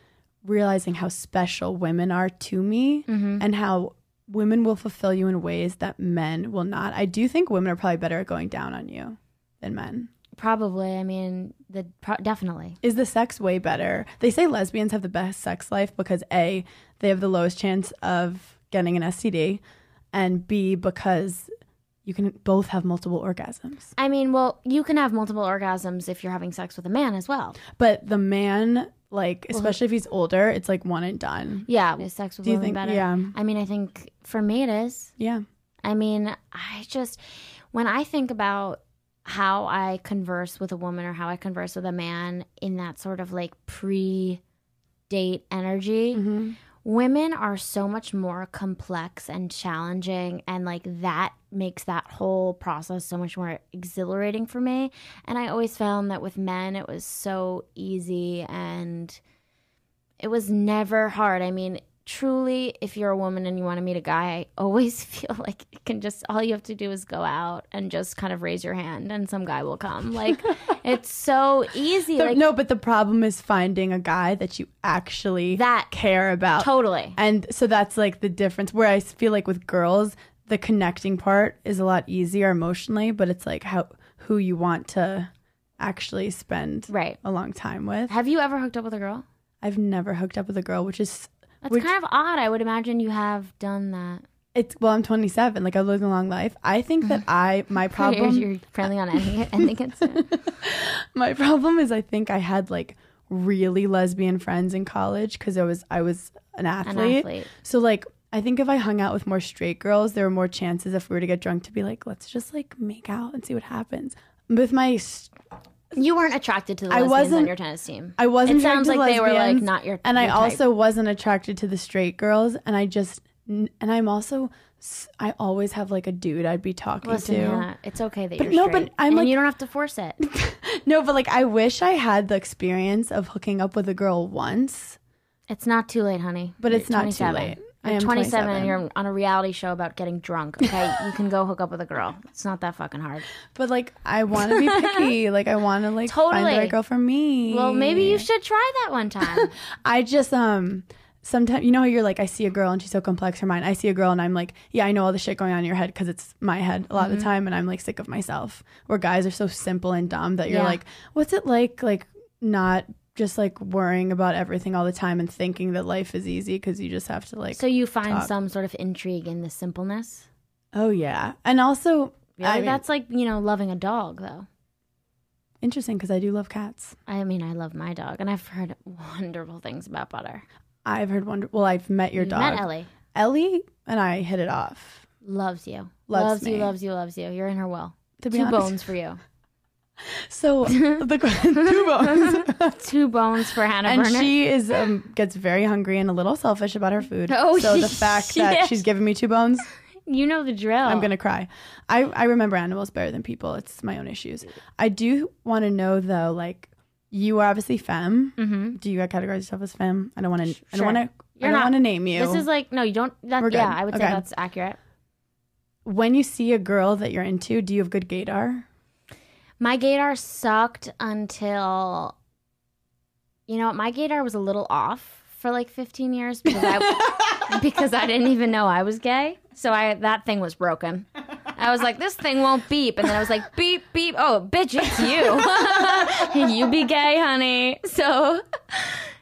[SPEAKER 1] realizing how special women are to me
[SPEAKER 2] Mm-hmm.
[SPEAKER 1] and how women will fulfill you in ways that men will not. I do think women are probably better at going down on you than men.
[SPEAKER 2] Probably. I mean, the pro- definitely.
[SPEAKER 1] Is the sex way better? They say lesbians have the best sex life because A, they have the lowest chance of getting an STD, and B, because you can both have multiple orgasms.
[SPEAKER 2] I mean, well, you can have multiple orgasms if you're having sex with a man as well.
[SPEAKER 1] But the man, like, especially if he's older, it's like one and done.
[SPEAKER 2] Yeah. Is sex with
[SPEAKER 1] Do you
[SPEAKER 2] women
[SPEAKER 1] think-
[SPEAKER 2] better?
[SPEAKER 1] yeah.
[SPEAKER 2] I mean, I think for me it is.
[SPEAKER 1] Yeah.
[SPEAKER 2] I mean, I just when I think about how I converse with a woman or how I converse with a man in that sort of like pre date energy,
[SPEAKER 1] Mm-hmm.
[SPEAKER 2] women are so much more complex and challenging and like that makes that whole process so much more exhilarating for me. And I always found that with men it was so easy and it was never hard. I mean, truly, if you're a woman and you want to meet a guy, I always feel like it can just all you have to do is go out and just kind of raise your hand, and some guy will come. Like, it's so easy.
[SPEAKER 1] So-
[SPEAKER 2] like,
[SPEAKER 1] no, but the problem is finding a guy that you actually
[SPEAKER 2] That-
[SPEAKER 1] care about.
[SPEAKER 2] totally.
[SPEAKER 1] And so that's like the difference. Where I s- feel like with girls, the connecting part is a lot easier emotionally, but it's like how who you want to actually spend
[SPEAKER 2] Right.
[SPEAKER 1] a long time with.
[SPEAKER 2] Have you ever hooked up with a girl?
[SPEAKER 1] I've never hooked up with a girl, which is
[SPEAKER 2] That's
[SPEAKER 1] Which-
[SPEAKER 2] kind of odd. I would imagine you have done that.
[SPEAKER 1] it's well, I'm 27, like I've lived a long life. I think that I my
[SPEAKER 2] You're,
[SPEAKER 1] problem
[SPEAKER 2] you're planning on ending it, ending it soon.
[SPEAKER 1] my problem is I think I had like really lesbian friends in college because I was I was
[SPEAKER 2] An athlete.
[SPEAKER 1] So like I think if I hung out with more straight girls, there were more chances if we were to get drunk to be like, let's just like make out and see what happens. With my, s-
[SPEAKER 2] You weren't attracted to the
[SPEAKER 1] I
[SPEAKER 2] lesbians on
[SPEAKER 1] wasn't-
[SPEAKER 2] your tennis team.
[SPEAKER 1] I wasn't.
[SPEAKER 2] It sounds
[SPEAKER 1] attracted to
[SPEAKER 2] like they were, like,
[SPEAKER 1] lesbians,
[SPEAKER 2] not your-
[SPEAKER 1] And I
[SPEAKER 2] your type.
[SPEAKER 1] also wasn't attracted to the straight girls, and I just, n- and I'm also, s- I always have like a dude I'd be talking
[SPEAKER 2] Listen,
[SPEAKER 1] to.
[SPEAKER 2] Hannah, it's okay that you're
[SPEAKER 1] no, but
[SPEAKER 2] straight,
[SPEAKER 1] I'm
[SPEAKER 2] and
[SPEAKER 1] like-
[SPEAKER 2] you don't have to force it.
[SPEAKER 1] No, but like I wish I had the experience of hooking up with a girl once,
[SPEAKER 2] It's not too late, honey.
[SPEAKER 1] but it's not too
[SPEAKER 2] 27.
[SPEAKER 1] late. I
[SPEAKER 2] You're
[SPEAKER 1] am
[SPEAKER 2] 27 and you're on a reality show about getting drunk. Okay, you can go hook up with a girl. It's not that fucking hard.
[SPEAKER 1] But like, I want to be picky. like, I want to like find
[SPEAKER 2] Totally.
[SPEAKER 1] the right girl for me.
[SPEAKER 2] Well, maybe you should try that one time.
[SPEAKER 1] I just um sometimes you know how you're like I see a girl and she's so complex her mind. I see a girl and I'm like, yeah, I know all the shit going on in your head because it's my head a lot of
[SPEAKER 2] Mm-hmm.
[SPEAKER 1] the time, and I'm like sick of myself. Where guys are so simple and dumb that you're
[SPEAKER 2] Yeah.
[SPEAKER 1] like, what's it like like not just like worrying about everything all the time and thinking that life is easy because you just have to like
[SPEAKER 2] so you find
[SPEAKER 1] Talk.
[SPEAKER 2] some sort of intrigue in the simpleness.
[SPEAKER 1] oh yeah and also I
[SPEAKER 2] Really?
[SPEAKER 1] mean,
[SPEAKER 2] That's like you know loving a dog, though.
[SPEAKER 1] interesting because I do love cats
[SPEAKER 2] I mean, I love my dog, and I've heard wonderful things about Butter.
[SPEAKER 1] I've heard wonder well I've met your
[SPEAKER 2] You've
[SPEAKER 1] dog
[SPEAKER 2] Met Ellie.
[SPEAKER 1] Ellie and I hit it off
[SPEAKER 2] Loves you.
[SPEAKER 1] Loves
[SPEAKER 2] you.
[SPEAKER 1] me.
[SPEAKER 2] Loves you. Loves you. You're in her will.
[SPEAKER 1] to be
[SPEAKER 2] Two
[SPEAKER 1] honest
[SPEAKER 2] bones for you.
[SPEAKER 1] so the two bones
[SPEAKER 2] Two bones for Hannah
[SPEAKER 1] and
[SPEAKER 2] Berner.
[SPEAKER 1] she is um, gets very hungry and a little selfish about her food.
[SPEAKER 2] Oh,
[SPEAKER 1] so the fact
[SPEAKER 2] yeah.
[SPEAKER 1] that she's giving me two bones,
[SPEAKER 2] you know the drill.
[SPEAKER 1] I'm gonna cry. I I remember animals better than people. It's my own issues. I do want to know though, like you are obviously femme.
[SPEAKER 2] Mm-hmm.
[SPEAKER 1] Do you categorize yourself as femme? I don't want to. I
[SPEAKER 2] Sure.
[SPEAKER 1] don't want to. I don't
[SPEAKER 2] You're not.
[SPEAKER 1] want to name you.
[SPEAKER 2] This is like no, you don't. That,
[SPEAKER 1] We're good.
[SPEAKER 2] yeah, I would say
[SPEAKER 1] Okay.
[SPEAKER 2] that's accurate.
[SPEAKER 1] when you see a girl that you're into. Do you have good gaydar?
[SPEAKER 2] My gaydar sucked until, you know, what, my gaydar was a little off for like 15 years because I, because I didn't even know I was gay. So I that thing was broken. I was like, this thing won't beep, and then I was like, beep beep. Oh, bitch, it's you. you be gay, honey. So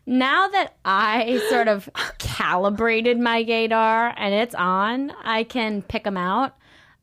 [SPEAKER 2] now that I sort of calibrated my gaydar and it's on, I can pick them out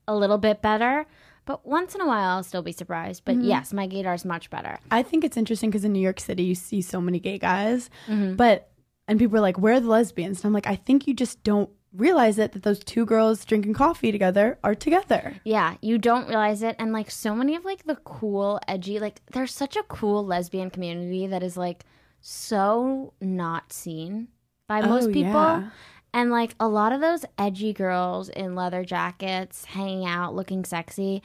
[SPEAKER 2] a little bit better. But once in a while, I'll still be surprised. But
[SPEAKER 1] Mm-hmm.
[SPEAKER 2] yes, my gaydar's much better.
[SPEAKER 1] I think it's interesting because in New York City you see so many gay guys,
[SPEAKER 2] Mm-hmm.
[SPEAKER 1] but and people are like, "Where are the lesbians?" And I'm like, I think you just don't realize it that those two girls drinking coffee together are together.
[SPEAKER 2] Yeah, you don't realize it. And like so many of like the cool, edgy, like there's such a cool lesbian community that is like so not seen by most people.
[SPEAKER 1] Oh, yeah.
[SPEAKER 2] And like a lot of those edgy girls in leather jackets, hanging out, looking sexy,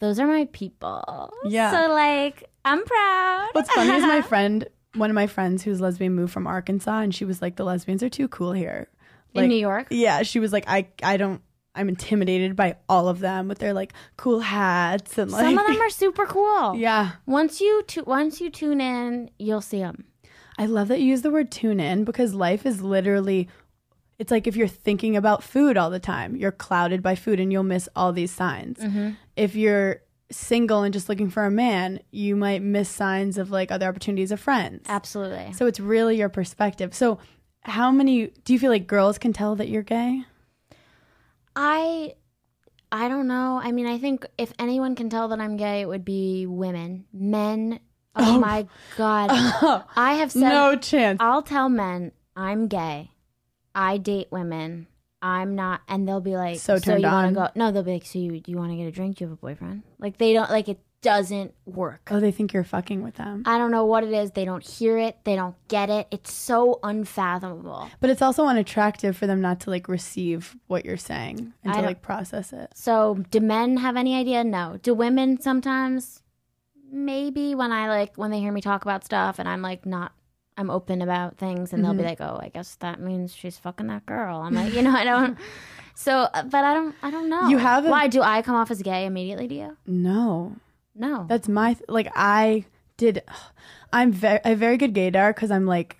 [SPEAKER 2] those are my people.
[SPEAKER 1] Yeah.
[SPEAKER 2] So like, I'm proud.
[SPEAKER 1] What's funny is my friend, one of my friends who's lesbian, moved from Arkansas, and she was like, "The lesbians are too cool here."
[SPEAKER 2] in New York?
[SPEAKER 1] Yeah, she was like, "I, I don't, I'm intimidated by all of them with their like cool hats and like."
[SPEAKER 2] Some of them are super cool.
[SPEAKER 1] yeah,
[SPEAKER 2] Once you tu- once you tune in, you'll see them.
[SPEAKER 1] I love that you use the word tune in because life is literally. It's like if you're thinking about food all the time, you're clouded by food and you'll miss all these signs.
[SPEAKER 2] Mm-hmm.
[SPEAKER 1] If you're single and just looking for a man, you might miss signs of like other opportunities of friends.
[SPEAKER 2] Absolutely.
[SPEAKER 1] So it's really your perspective. So how many do you feel like girls can tell that you're gay?
[SPEAKER 2] I I don't know. I mean, I think if anyone can tell that I'm gay, it would be women. Men. Oh, my god. I have said
[SPEAKER 1] no chance.
[SPEAKER 2] I'll tell men I'm gay. I date women. I'm not, and they'll be like,
[SPEAKER 1] So turned
[SPEAKER 2] you
[SPEAKER 1] on."
[SPEAKER 2] Wanna go? No, they'll be like, so you do you want to get a drink? Do you have a boyfriend? Like they don't like it doesn't work.
[SPEAKER 1] oh, they think you're fucking with them.
[SPEAKER 2] I don't know what it is. They don't hear it. They don't get it. It's so unfathomable.
[SPEAKER 1] But it's also unattractive for them not to like receive what you're saying and
[SPEAKER 2] I
[SPEAKER 1] to
[SPEAKER 2] don't-
[SPEAKER 1] like process it.
[SPEAKER 2] So, do men have any idea? No. Do women sometimes? Maybe when I like when they hear me talk about stuff and I'm like not I'm open about things and they'll
[SPEAKER 1] Mm-hmm.
[SPEAKER 2] be like, "Oh, I guess that means she's fucking that girl." I'm like, "You know, I don't So, uh, but I don't I don't know.
[SPEAKER 1] You have a-
[SPEAKER 2] Why do I come off as gay immediately to you?
[SPEAKER 1] No.
[SPEAKER 2] No.
[SPEAKER 1] That's my th- like I did I'm very a very good gaydar cuz I'm like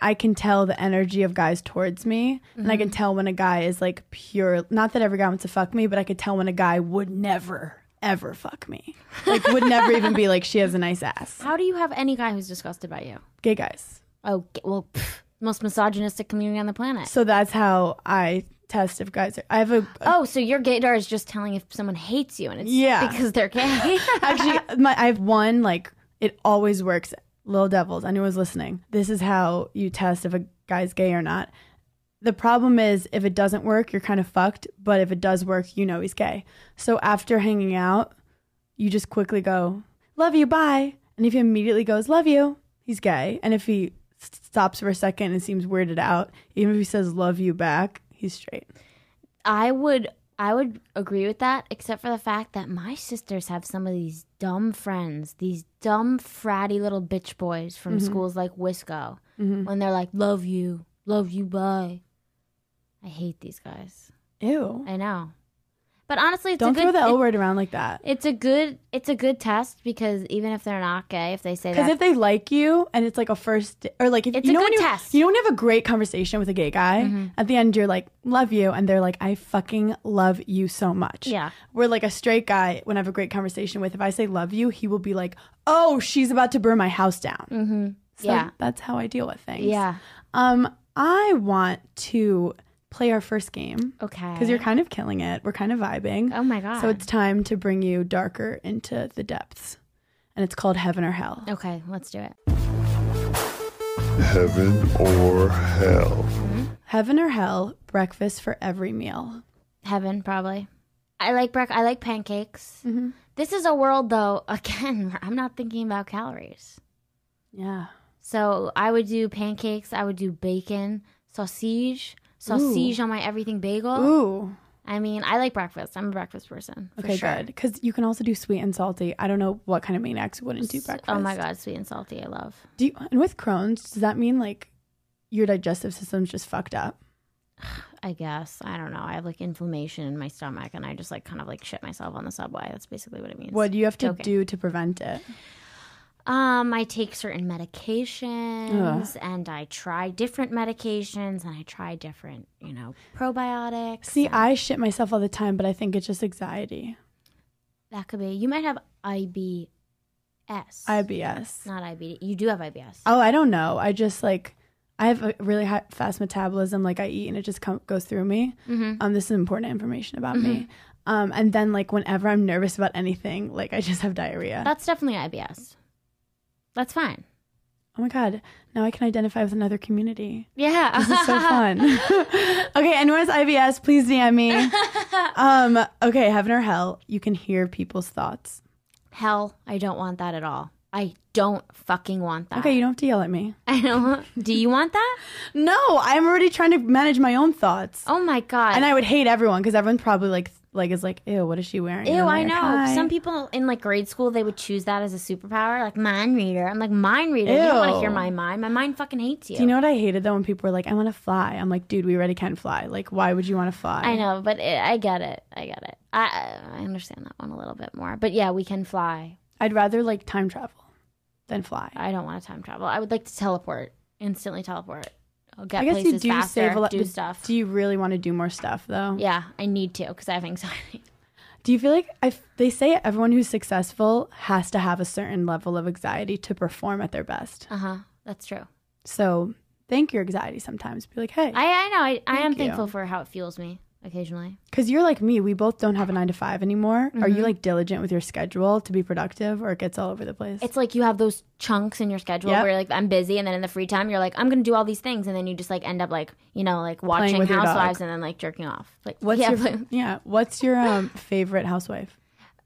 [SPEAKER 1] I can tell the energy of guys towards me and I can tell when a guy is like pure not that every guy wants to fuck me but I could tell when a guy would never ever fuck me. Like would never even be like she has a nice ass.
[SPEAKER 2] How do you have any guy who's disgusted by you?
[SPEAKER 1] Gay guys.
[SPEAKER 2] Oh, g- well, pff, most misogynistic community on the planet.
[SPEAKER 1] So that's how I test if guys are I have a
[SPEAKER 2] Oh, so your gaydar is just telling if someone hates you and it's
[SPEAKER 1] Yeah.
[SPEAKER 2] because they're gay.
[SPEAKER 1] Actually, my, I have one like it always works. Little devils, anyone's listening. This is how you test if a guy's gay or not. The problem is if it doesn't work, you're kind of fucked. But if it does work, you know he's gay. So after hanging out, you just quickly go, "Love you, bye." And if he immediately goes, "Love you," he's gay. And if he s- stops for a second and seems weirded out, even if he says "Love you" back, he's straight.
[SPEAKER 2] I would I would agree with that, except for the fact that my sisters have some of these dumb friends, these dumb fratty little bitch boys from
[SPEAKER 1] Mm-hmm.
[SPEAKER 2] schools like Wisco, when they're like, "Love you, love you, bye." I hate these guys.
[SPEAKER 1] Ew!
[SPEAKER 2] I know, but honestly, it's
[SPEAKER 1] Don't
[SPEAKER 2] a good,
[SPEAKER 1] throw the L
[SPEAKER 2] it-
[SPEAKER 1] word around like that.
[SPEAKER 2] It's a good it's a good test because even if they're not gay, if they say
[SPEAKER 1] Because
[SPEAKER 2] that,
[SPEAKER 1] if they like you and it's like a first di- or like if
[SPEAKER 2] It's
[SPEAKER 1] you
[SPEAKER 2] a
[SPEAKER 1] know
[SPEAKER 2] good
[SPEAKER 1] when you,
[SPEAKER 2] test. Mm-hmm.
[SPEAKER 1] you don't have a great conversation with a gay guy at the end you're like love you and they're like I fucking love you so much
[SPEAKER 2] Yeah.
[SPEAKER 1] where like a straight guy when I have a great conversation with if I say love you he will be like oh she's about to burn my house down so
[SPEAKER 2] yeah,
[SPEAKER 1] that's how I deal with things
[SPEAKER 2] Mm-hmm. yeah,
[SPEAKER 1] um I want to play our first game
[SPEAKER 2] okay,
[SPEAKER 1] because you're kind of killing it we're kind of vibing
[SPEAKER 2] oh my god,
[SPEAKER 1] so it's time to bring you darker into the depths and it's called heaven or hell
[SPEAKER 2] okay, let's do it.
[SPEAKER 3] Heaven or hell.
[SPEAKER 1] Heaven or hell, breakfast for every meal.
[SPEAKER 2] heaven probably i like brec- i like pancakes this is a world though again where i'm not thinking about calories
[SPEAKER 1] Yeah.
[SPEAKER 2] so i would do pancakes i would do bacon sausage sausage on my everything bagel
[SPEAKER 1] Ooh.
[SPEAKER 2] I mean, I like breakfast. I'm a breakfast person. for
[SPEAKER 1] Okay,
[SPEAKER 2] sure.
[SPEAKER 1] good. Because you can also do sweet and salty. I don't know what kind of maniacs wouldn't do breakfast.
[SPEAKER 2] Oh my god, sweet and salty. I love.
[SPEAKER 1] Do you, and with Crohn's, does that mean like your digestive system's just fucked up?
[SPEAKER 2] I guess I don't know. I have like inflammation in my stomach, and I just like kind of like shit myself on the subway. That's basically what it means.
[SPEAKER 1] What do you have to
[SPEAKER 2] Okay.
[SPEAKER 1] do to prevent it?
[SPEAKER 2] Um, I take certain medications, and I try different medications, and I try different, you know, probiotics.
[SPEAKER 1] See,
[SPEAKER 2] and-
[SPEAKER 1] I shit myself all the time, but I think it's just anxiety.
[SPEAKER 2] that could be. You might have IBS.
[SPEAKER 1] IBS.
[SPEAKER 2] Not IBD. You do have IBS.
[SPEAKER 1] Oh, I don't know. I just like I have a really high, fast metabolism. Like I eat and it just com- goes through me. Um, this is important information about me.
[SPEAKER 2] Mm-hmm.
[SPEAKER 1] Um, and then like whenever I'm nervous about anything, like I just have diarrhea.
[SPEAKER 2] That's definitely IBS. That's fine.
[SPEAKER 1] oh my god! Now I can identify with another community.
[SPEAKER 2] Yeah.
[SPEAKER 1] This is so fun. okay, anyone has IBS, please DM me. Um, okay, heaven or hell, you can hear people's thoughts.
[SPEAKER 2] Hell, I don't want that at all. I don't fucking want that.
[SPEAKER 1] Okay, you don't have to yell at me.
[SPEAKER 2] I don't want. Do you want that?
[SPEAKER 1] No, I'm already trying to manage my own thoughts.
[SPEAKER 2] Oh my god.
[SPEAKER 1] And I would hate everyone because everyone's probably like, like is like, ew, what is she wearing?
[SPEAKER 2] Ew,
[SPEAKER 1] And I'm
[SPEAKER 2] I
[SPEAKER 1] like,
[SPEAKER 2] know.
[SPEAKER 1] "Hi."
[SPEAKER 2] Some people in like grade school they would choose that as a superpower, like mind reader. I'm like mind reader. You don't want to
[SPEAKER 1] Ew.
[SPEAKER 2] hear my mind. My mind fucking hates you.
[SPEAKER 1] Do you know what I hated though when people were like, I want to fly? I'm like, dude, we already can fly. Like, why would you want to fly?
[SPEAKER 2] I know, but it, I get it. I get it. I I understand that one a little bit more. But yeah, we can fly.
[SPEAKER 1] I'd rather like time travel than fly.
[SPEAKER 2] I don't want to time travel. I would like to teleport. Instantly teleport. I'll get
[SPEAKER 1] I guess
[SPEAKER 2] places
[SPEAKER 1] you do
[SPEAKER 2] faster.
[SPEAKER 1] save a lot.
[SPEAKER 2] do
[SPEAKER 1] but
[SPEAKER 2] stuff.
[SPEAKER 1] Do you really want to do more stuff though?
[SPEAKER 2] yeah, I need to because I have anxiety.
[SPEAKER 1] Do you feel like I, they say everyone who's successful has to have a certain level of anxiety to perform at their best?
[SPEAKER 2] Uh huh. That's true.
[SPEAKER 1] So thank your anxiety sometimes. Be like, hey,
[SPEAKER 2] I I know. I, I am
[SPEAKER 1] Thank you.
[SPEAKER 2] thankful for how it fuels me occasionally.
[SPEAKER 1] because you're like me. We both don't have a nine to five anymore. Are
[SPEAKER 2] Mm-hmm.
[SPEAKER 1] you like diligent with your schedule to be productive, or it gets all over the place?
[SPEAKER 2] It's like you have those chunks in your schedule
[SPEAKER 1] Yep.
[SPEAKER 2] where you're like I'm busy, and then in the free time you're like I'm gonna do all these things, and then you just like end up like you know like watching
[SPEAKER 1] with your dog.
[SPEAKER 2] Housewives and then like jerking off. Like
[SPEAKER 1] what's
[SPEAKER 2] yeah,
[SPEAKER 1] your
[SPEAKER 2] play-
[SPEAKER 1] yeah? What's your um, favorite housewife?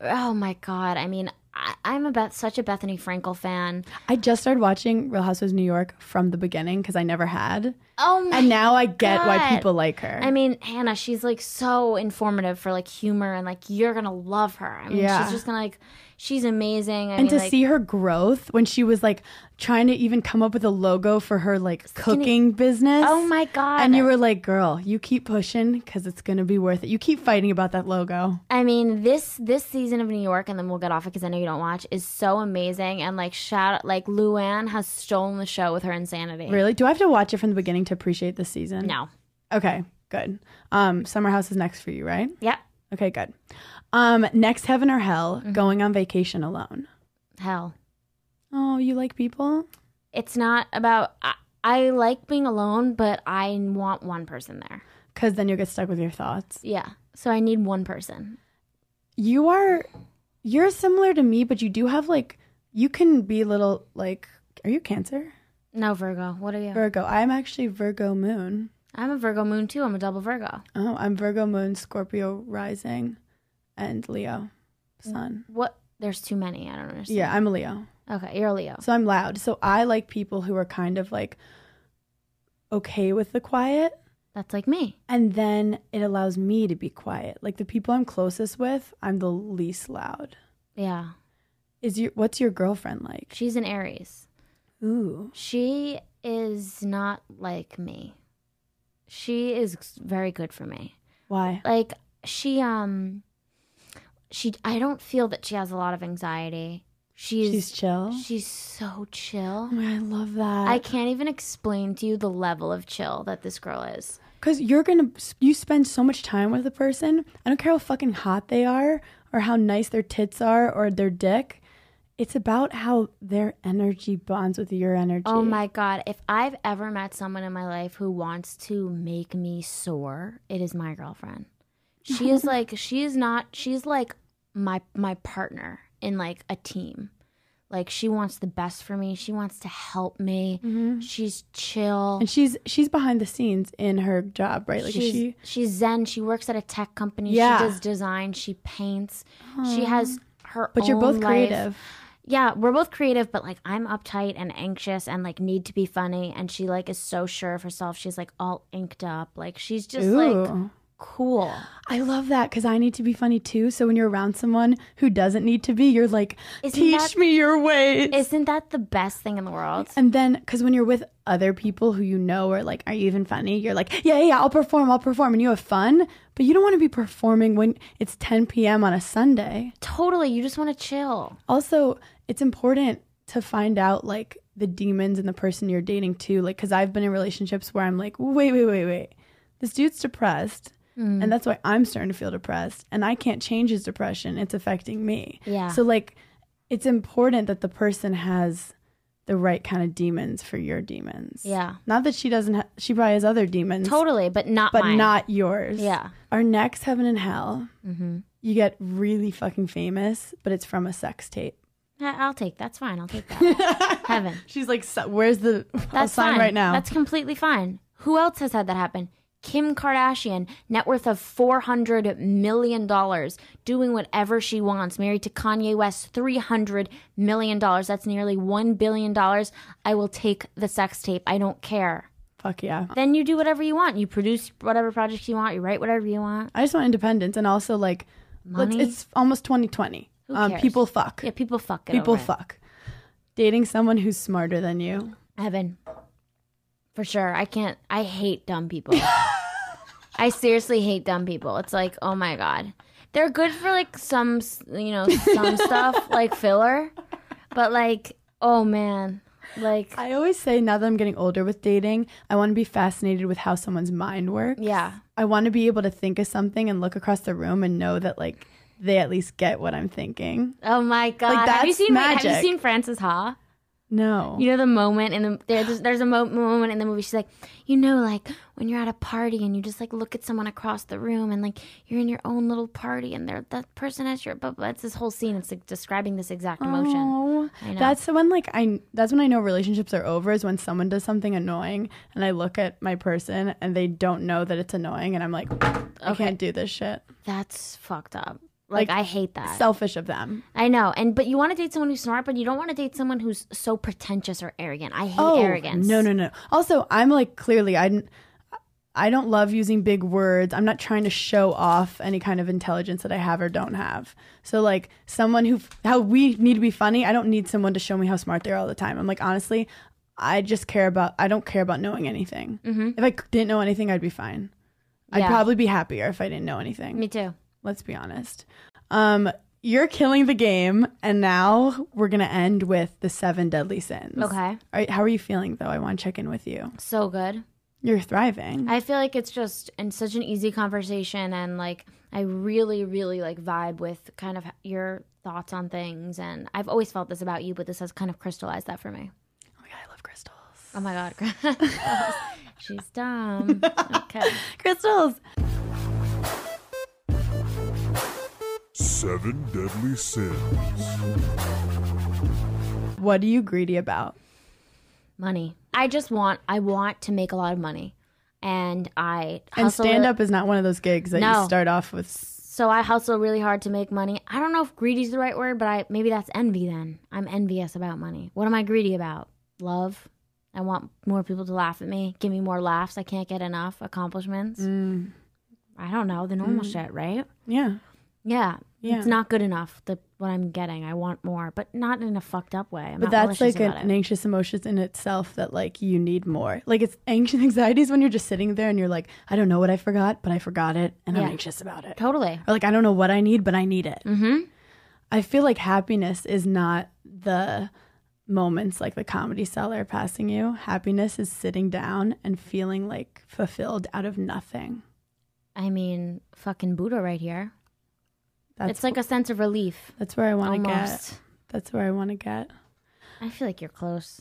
[SPEAKER 2] oh my god. I mean I, I'm a Beth, such a Bethany Frankel fan.
[SPEAKER 1] I just started watching Real Housewives of New York from the beginning because I never had,
[SPEAKER 2] Oh my.
[SPEAKER 1] and now I get why
[SPEAKER 2] God.
[SPEAKER 1] people like her.
[SPEAKER 2] I mean, Hannah, she's like so informative for like humor and like you're gonna love her. I mean,
[SPEAKER 1] Yeah.
[SPEAKER 2] she's just gonna like she's amazing. I
[SPEAKER 1] and
[SPEAKER 2] mean,
[SPEAKER 1] to
[SPEAKER 2] like,
[SPEAKER 1] see her growth when she was like trying to even come up with a logo for her like cooking business.
[SPEAKER 2] oh my god,
[SPEAKER 1] And you were like, girl, you keep pushing because it's going to be worth it. You keep fighting about that logo.
[SPEAKER 2] I mean, this this season of New York, and then we'll get off it because I know you don't watch, is so amazing. And like, shout like Luann has stolen the show with her insanity.
[SPEAKER 1] Really? Do I have to watch it from the beginning to appreciate this season?
[SPEAKER 2] No.
[SPEAKER 1] Okay, good. Um, Summer House is next for you, right?
[SPEAKER 2] Yep.
[SPEAKER 1] Okay, good. Um, next, Heaven or Hell,
[SPEAKER 2] Mm-hmm.
[SPEAKER 1] going on vacation alone.
[SPEAKER 2] Hell,
[SPEAKER 1] Oh, you like people?
[SPEAKER 2] it's not about. I, I like being alone, but I want one person there.
[SPEAKER 1] Because then you'll get stuck with your thoughts.
[SPEAKER 2] Yeah. So I need one person.
[SPEAKER 1] You are, you're similar to me, but you do have like, you can be a little like, are you Cancer?
[SPEAKER 2] No Virgo. What are you?
[SPEAKER 1] Virgo. I'm actually Virgo Moon.
[SPEAKER 2] I'm a Virgo Moon too. I'm a double Virgo.
[SPEAKER 1] Oh, I'm Virgo Moon, Scorpio Rising, and Leo Sun.
[SPEAKER 2] What? There's too many. I don't understand.
[SPEAKER 1] Yeah, I'm a Leo.
[SPEAKER 2] Okay, you're a Leo.
[SPEAKER 1] So I'm loud. So I like people who are kind of like okay with the quiet.
[SPEAKER 2] That's like me.
[SPEAKER 1] And then it allows me to be quiet. Like the people I'm closest with, I'm the least loud.
[SPEAKER 2] Yeah.
[SPEAKER 1] Is your what's your girlfriend like?
[SPEAKER 2] She's an Aries.
[SPEAKER 1] Ooh.
[SPEAKER 2] She is not like me. She is very good for me.
[SPEAKER 1] Why?
[SPEAKER 2] Like she um she I don't feel that she has a lot of anxiety. She's
[SPEAKER 1] She's chill.
[SPEAKER 2] she's so chill.
[SPEAKER 1] Oh my, I love that.
[SPEAKER 2] I can't even explain to you the level of chill that this girl is.
[SPEAKER 1] Because you're gonna, you spend so much time with a person. I don't care how fucking hot they are, or how nice their tits are, or their dick. It's about how their energy bonds with your energy.
[SPEAKER 2] Oh my god, if I've ever met someone in my life who wants to make me soar, it is my girlfriend. She is like she is not she's like my my partner in like a team. Like she wants the best for me. She wants to help me. She's chill.
[SPEAKER 1] Mm-hmm. And she's she's behind the scenes in her job, right? Like is
[SPEAKER 2] she's,
[SPEAKER 1] she.
[SPEAKER 2] she's zen. She works at a tech company.
[SPEAKER 1] Yeah.
[SPEAKER 2] She does design. She paints. She has her
[SPEAKER 1] But you're
[SPEAKER 2] own
[SPEAKER 1] both
[SPEAKER 2] life.
[SPEAKER 1] creative.
[SPEAKER 2] Yeah, we're both creative, but like I'm uptight and anxious and like need to be funny. And she like is so sure of herself. She's like all inked up. Like she's just like
[SPEAKER 1] Ooh.
[SPEAKER 2] cool.
[SPEAKER 1] I love that because I need to be funny too. So when you're around someone who doesn't need to be, you're like,
[SPEAKER 2] Isn't
[SPEAKER 1] teach
[SPEAKER 2] that-
[SPEAKER 1] me your ways.
[SPEAKER 2] Isn't that the best thing in the world?
[SPEAKER 1] and then, because when you're with other people who you know are like, are you even funny? You're like, yeah, yeah, yeah, I'll perform, I'll perform. And you have fun, but you don't want to be performing when it's 10 p.m. on a Sunday.
[SPEAKER 2] Totally. You just want to chill.
[SPEAKER 1] Also, it's important to find out like the demons in the person you're dating too. Like, because I've been in relationships where I'm like, wait, wait, wait, wait. This dude's depressed.
[SPEAKER 2] Mm.
[SPEAKER 1] And that's why I'm starting to feel depressed. And I can't change his depression. It's affecting me.
[SPEAKER 2] Yeah.
[SPEAKER 1] So, like, it's important that the person has the right kind of demons for your demons.
[SPEAKER 2] Yeah.
[SPEAKER 1] Not that she doesn't, ha- she probably has other demons,
[SPEAKER 2] Totally, but not
[SPEAKER 1] but
[SPEAKER 2] mine.
[SPEAKER 1] not yours.
[SPEAKER 2] Yeah.
[SPEAKER 1] Our next heaven and hell,
[SPEAKER 2] Mm-hmm.
[SPEAKER 1] you get really fucking famous, but it's from a sex tape.
[SPEAKER 2] I- I'll take that's fine. I'll take that. Heaven.
[SPEAKER 1] She's like, "So- where's the
[SPEAKER 2] That's
[SPEAKER 1] sign
[SPEAKER 2] fine
[SPEAKER 1] right now?
[SPEAKER 2] That's completely fine. Who else has had that happen? Kim Kardashian, net worth of four hundred million dollars, doing whatever she wants, married to Kanye West, three hundred million dollars. That's nearly one billion dollars. I will take the sex tape. I don't care.
[SPEAKER 1] Fuck yeah.
[SPEAKER 2] Then you do whatever you want. You produce whatever projects you want. You write whatever you want.
[SPEAKER 1] I just want independence and also like, let's,
[SPEAKER 2] Money?
[SPEAKER 1] it's almost 2020.
[SPEAKER 2] Who
[SPEAKER 1] um,
[SPEAKER 2] cares?
[SPEAKER 1] people fuck.
[SPEAKER 2] Yeah, people fuck. Get
[SPEAKER 1] people
[SPEAKER 2] over it.
[SPEAKER 1] fuck. Dating someone who's smarter than you.
[SPEAKER 2] Heaven. For sure. I can't I hate dumb people. I seriously hate dumb people. It's like, oh my god. They're good for like some, s- you know, some stuff like filler, but like, oh man. Like
[SPEAKER 1] I always say now that I'm getting older with dating, I want to be fascinated with how someone's mind works.
[SPEAKER 2] yeah.
[SPEAKER 1] I want to be able to think of something and look across the room and know that like they at least get what I'm thinking.
[SPEAKER 2] Oh my god. have you
[SPEAKER 1] that's
[SPEAKER 2] seen wait, have
[SPEAKER 1] magic.
[SPEAKER 2] you seen Frances Ha?
[SPEAKER 1] No.
[SPEAKER 2] You know the moment in the there's there's a mo- moment in the movie she's like, you know, like when you're at a party and you just like look at someone across the room and like you're in your own little party and they're that person has your but that's this whole scene. It's like describing this exact emotion.
[SPEAKER 1] Oh,
[SPEAKER 2] I know.
[SPEAKER 1] that's when like I that's when I know relationships are over is when someone does something annoying and I look at my person and they don't know that it's annoying and I'm like I can't do this shit.
[SPEAKER 2] That's fucked up. Like,
[SPEAKER 1] Like,
[SPEAKER 2] I hate that.
[SPEAKER 1] Selfish of them.
[SPEAKER 2] I know. And but you want to date someone who's smart, but you don't want to date someone who's so pretentious or arrogant. I hate arrogance.
[SPEAKER 1] Oh, No, no, no. Also, I'm like clearly I didn't- I don't love using big words. I'm not trying to show off any kind of intelligence that I have or don't have. So like someone who how we need to be funny, I don't need someone to show me how smart they are all the time. I'm like honestly, I just care about I don't care about knowing anything. If I c- didn't know anything, I'd be fine. I'd
[SPEAKER 2] Mm-hmm. Yeah.
[SPEAKER 1] probably be happier if I didn't know anything.
[SPEAKER 2] Me too.
[SPEAKER 1] Let's be honest. Um you're killing the game and now we're going to end with the seven deadly sins.
[SPEAKER 2] Okay.
[SPEAKER 1] All right, how are you feeling though? I want to check in with you.
[SPEAKER 2] So good.
[SPEAKER 1] You're thriving.
[SPEAKER 2] I feel like it's just and such an easy conversation, and like I really, really like vibe with kind of your thoughts on things. And I've always felt this about you, but this has kind of crystallized that for me.
[SPEAKER 1] oh my god, I love crystals.
[SPEAKER 2] Oh my god, she's dumb. Okay,
[SPEAKER 1] Crystals.
[SPEAKER 3] Seven deadly sins.
[SPEAKER 1] What are you greedy about?
[SPEAKER 2] money. I just want, I want to make a lot of money, and I
[SPEAKER 1] And
[SPEAKER 2] hustle
[SPEAKER 1] stand
[SPEAKER 2] it-
[SPEAKER 1] up is not one of those gigs that
[SPEAKER 2] No.
[SPEAKER 1] you start off with.
[SPEAKER 2] So I hustle really hard to make money. I don't know if greedy's the right word, but I maybe that's envy then. I'm envious about money. What am I greedy about? Love. I want more people to laugh at me, give me more laughs. I can't get enough accomplishments.
[SPEAKER 1] Mm.
[SPEAKER 2] I don't know, the normal shit, right?
[SPEAKER 1] Yeah.
[SPEAKER 2] Yeah.
[SPEAKER 1] Mm. Yeah.
[SPEAKER 2] It's not good enough the what I'm getting. I want more, but not in a fucked up way. I'm
[SPEAKER 1] But
[SPEAKER 2] not
[SPEAKER 1] that's
[SPEAKER 2] malicious
[SPEAKER 1] like an,
[SPEAKER 2] about
[SPEAKER 1] an
[SPEAKER 2] it.
[SPEAKER 1] anxious emotion in itself that like you need more. Like it's anxious anxieties when you're just sitting there and you're like, I don't know what I forgot, but I forgot it and
[SPEAKER 2] Yeah.
[SPEAKER 1] I'm anxious about it.
[SPEAKER 2] Totally.
[SPEAKER 1] Or like I don't know what I need, but I need it.
[SPEAKER 2] Mhm.
[SPEAKER 1] I feel like happiness is not the moments like the comedy cellar passing you. Happiness is sitting down and feeling like fulfilled out of nothing.
[SPEAKER 2] I mean, fucking Buddha right here.
[SPEAKER 1] That's
[SPEAKER 2] it's like a sense of relief.
[SPEAKER 1] that's where I want to get.
[SPEAKER 2] Almost.
[SPEAKER 1] That's where I want to get.
[SPEAKER 2] I feel like you're close.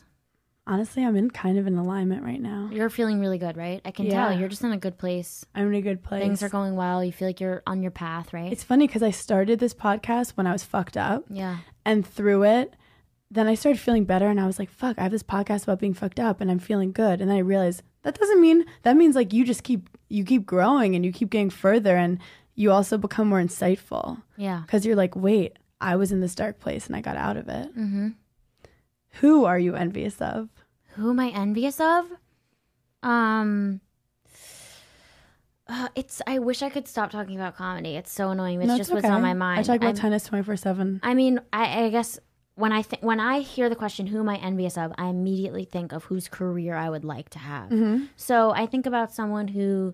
[SPEAKER 1] Honestly, I'm in kind of an alignment right now.
[SPEAKER 2] You're feeling really good, right? I can
[SPEAKER 1] Yeah.
[SPEAKER 2] tell. You're just in a good place.
[SPEAKER 1] I'm in a good place.
[SPEAKER 2] Things are going well. You feel like you're on your path, right?
[SPEAKER 1] it's funny because I started this podcast when I was fucked up.
[SPEAKER 2] yeah.
[SPEAKER 1] and through it then i started feeling better and i was like fuck i have this podcast about being fucked up and i'm feeling good and then i realized that doesn't mean that means like you just keep you keep growing and you keep getting further and you also become more insightful
[SPEAKER 2] Yeah.
[SPEAKER 1] because you're like wait i was in this dark place and i got out of it
[SPEAKER 2] Mm-hmm.
[SPEAKER 1] who are you envious of
[SPEAKER 2] Who am I envious of? Um Uh, it's. I wish I could stop talking about comedy. It's so annoying. It's
[SPEAKER 1] No,
[SPEAKER 2] just what's on my mind.
[SPEAKER 1] I talk about
[SPEAKER 2] I'm-
[SPEAKER 1] tennis 24 7.
[SPEAKER 2] I mean, I, I guess when I think when I hear the question, "Who am I envious of?" I immediately think of whose career I would like to have. So I think about someone who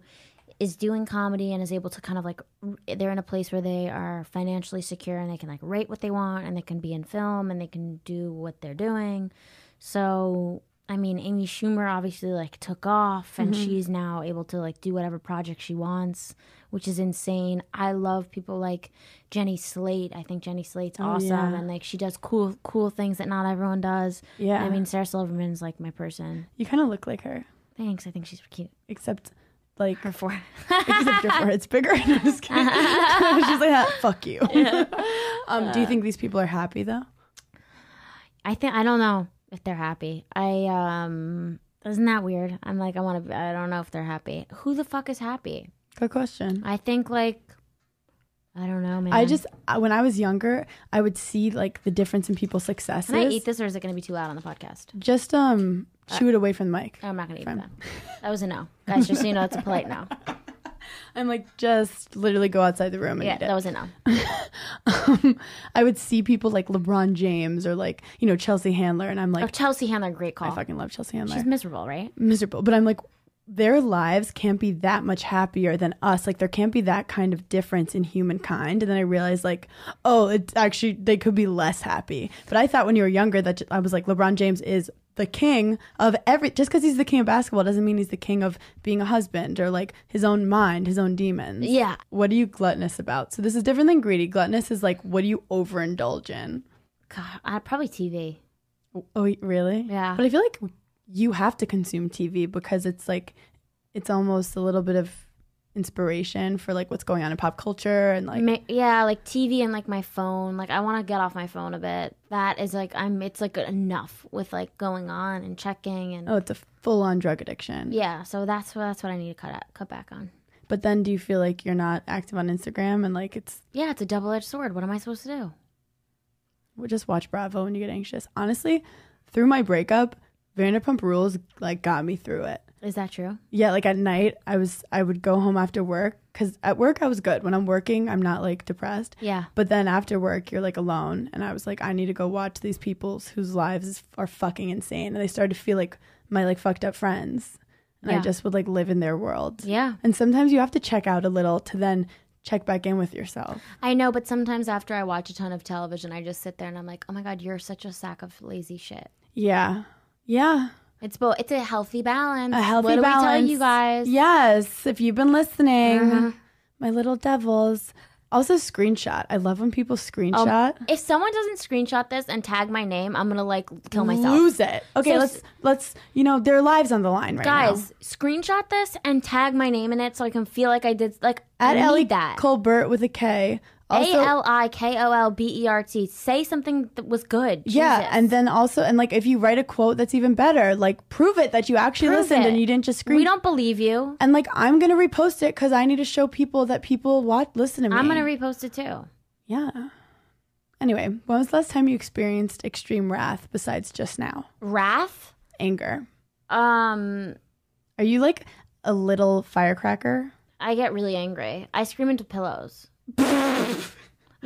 [SPEAKER 2] is doing comedy and is able to kind of like r- they're in a place where they are financially secure and they can like rate what they want and they can be in film and they can do what they're doing. So I mean, Amy Schumer obviously like took off and
[SPEAKER 1] Mm-hmm.
[SPEAKER 2] she's now able to like do whatever project she wants, which is insane. I love people like Jenny Slate. I think Jenny Slate's awesome
[SPEAKER 1] Oh, yeah.
[SPEAKER 2] and like she does cool cool things that not everyone does.
[SPEAKER 1] Yeah.
[SPEAKER 2] I mean, Sarah Silverman's like my person.
[SPEAKER 1] You kind of look like her,
[SPEAKER 2] Thanks. I think she's cute.
[SPEAKER 1] except like
[SPEAKER 2] Her four.
[SPEAKER 1] except your forehead's bigger. I'm just kidding. She's like, ah, fuck you. um, do you think these people are happy though?
[SPEAKER 2] I think I don't know if they're happy. I um isn't that weird? I'm like I want to I don't know if they're happy. Who the fuck is happy?
[SPEAKER 1] Good question.
[SPEAKER 2] I think like I don't know, man.
[SPEAKER 1] I just I- when I was younger, I would see like the difference in people's successes.
[SPEAKER 2] Can I eat this or is it going to be too loud on the podcast? Oh,
[SPEAKER 1] Just um, chew it away from the mic.
[SPEAKER 2] I'm not going to eat
[SPEAKER 1] Fine.
[SPEAKER 2] that. That was a no. Guys, just so you know, it's a polite no.
[SPEAKER 1] I'm like, just literally go outside the room and
[SPEAKER 2] Yeah,
[SPEAKER 1] eat it.
[SPEAKER 2] that was a no.
[SPEAKER 1] I would see people like LeBron James or like you know Chelsea Handler, and I'm
[SPEAKER 2] Oh,
[SPEAKER 1] like,
[SPEAKER 2] Chelsea Handler, great
[SPEAKER 1] I
[SPEAKER 2] call.
[SPEAKER 1] fucking love Chelsea Handler.
[SPEAKER 2] She's miserable, right?
[SPEAKER 1] miserable. But I'm like, their lives can't be that much happier than us. Like, there can't be that kind of difference in humankind. And then I realized, like, oh, it actually they could be less happy. But I thought when you were younger that j- I was like, LeBron James is the king of every. Just because he's the king of basketball doesn't mean he's the king of being a husband or like his own mind, his own demons.
[SPEAKER 2] Yeah.
[SPEAKER 1] What are you gluttonous about? So this is different than greedy. Gluttonous is like, what do you overindulge in?
[SPEAKER 2] God, uh, probably TV.
[SPEAKER 1] Oh, y- really?
[SPEAKER 2] Yeah.
[SPEAKER 1] But I feel like you have to consume TV because it's like it's almost a little bit of inspiration for like what's going on in pop culture and like
[SPEAKER 2] Ma- yeah, like TV and like my phone. Like I want to get off my phone a bit. That is like I'm. It's like enough with like going on and checking and
[SPEAKER 1] oh, it's a full on drug addiction.
[SPEAKER 2] yeah. So that's what that's what I need to cut out, cut back on.
[SPEAKER 1] But then do you feel like you're not active on Instagram and like it's
[SPEAKER 2] Yeah, it's a double edged sword. What am I supposed to do?
[SPEAKER 1] well, just watch Bravo when you get anxious. Honestly, through my breakup, Vanderpump Rules like got me through it.
[SPEAKER 2] Is that true?
[SPEAKER 1] Yeah, like at night, I was I would go home after work because at work I was good. When I'm working, I'm not like depressed.
[SPEAKER 2] Yeah.
[SPEAKER 1] But then after work, you're like alone. And I was like, I need to go watch these people's whose lives is- are fucking insane. And I started to feel like my like fucked up friends. And I
[SPEAKER 2] Yeah.
[SPEAKER 1] just would like live in their world.
[SPEAKER 2] Yeah,
[SPEAKER 1] And sometimes you have to check out a little to then check back in with yourself.
[SPEAKER 2] I know. But sometimes after I watch a ton of television, I just sit there and I'm like, oh my god, you're such a sack of lazy shit.
[SPEAKER 1] Yeah. Yeah.
[SPEAKER 2] It's both. It's a healthy balance.
[SPEAKER 1] A healthy
[SPEAKER 2] what do
[SPEAKER 1] balance.
[SPEAKER 2] we tell you guys? Uh-huh.
[SPEAKER 1] Yes. If you've been listening, my little devils. Also, screenshot. I love when people screenshot.
[SPEAKER 2] If someone doesn't screenshot this and tag my name, I'm gonna like kill oh, myself.
[SPEAKER 1] Lose it. Okay,
[SPEAKER 2] So-
[SPEAKER 1] let's let's you know their lives on the line right now.
[SPEAKER 2] Guys, screenshot this and tag my name in it so I can feel like I did. Like
[SPEAKER 1] at
[SPEAKER 2] I
[SPEAKER 1] Ellie
[SPEAKER 2] need E that.
[SPEAKER 1] Colbert with a K.
[SPEAKER 2] A
[SPEAKER 1] Also,
[SPEAKER 2] L E, I K O L B E R T. Say something that was good.
[SPEAKER 1] yeah,
[SPEAKER 2] Jesus.
[SPEAKER 1] and then also, and like if you write a quote that's even better, like prove it that you actually
[SPEAKER 2] Prove
[SPEAKER 1] listened
[SPEAKER 2] it.
[SPEAKER 1] and you didn't just scream.
[SPEAKER 2] we don't believe you.
[SPEAKER 1] and like I'm gonna repost it because I need to show people that people watch, listen to me.
[SPEAKER 2] I'm gonna repost it too.
[SPEAKER 1] yeah. Anyway, when was the last time you experienced extreme wrath besides just now?
[SPEAKER 2] Wrath.
[SPEAKER 1] Anger.
[SPEAKER 2] Um,
[SPEAKER 1] Are you like a little firecracker?
[SPEAKER 2] I get really angry. I scream into pillows. the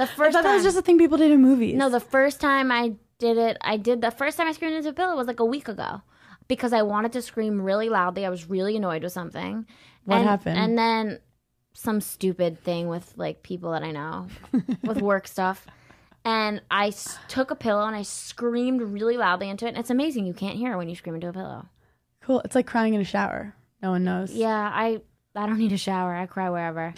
[SPEAKER 1] I
[SPEAKER 2] first
[SPEAKER 1] thought
[SPEAKER 2] time.
[SPEAKER 1] that was just a thing people did in movies.
[SPEAKER 2] No, the first time I did it, I did the first time I screamed into a pillow was like a week ago because I wanted to scream really loudly. I was really annoyed with something.
[SPEAKER 1] What
[SPEAKER 2] And-
[SPEAKER 1] happened?
[SPEAKER 2] And then some stupid thing with like people that I know with work stuff. And I s- took a pillow and I screamed really loudly into it. And it's amazing. You can't hear when you scream into a pillow.
[SPEAKER 1] cool. It's like crying in a shower. No one knows.
[SPEAKER 2] Yeah, I I don't need a shower. I cry wherever.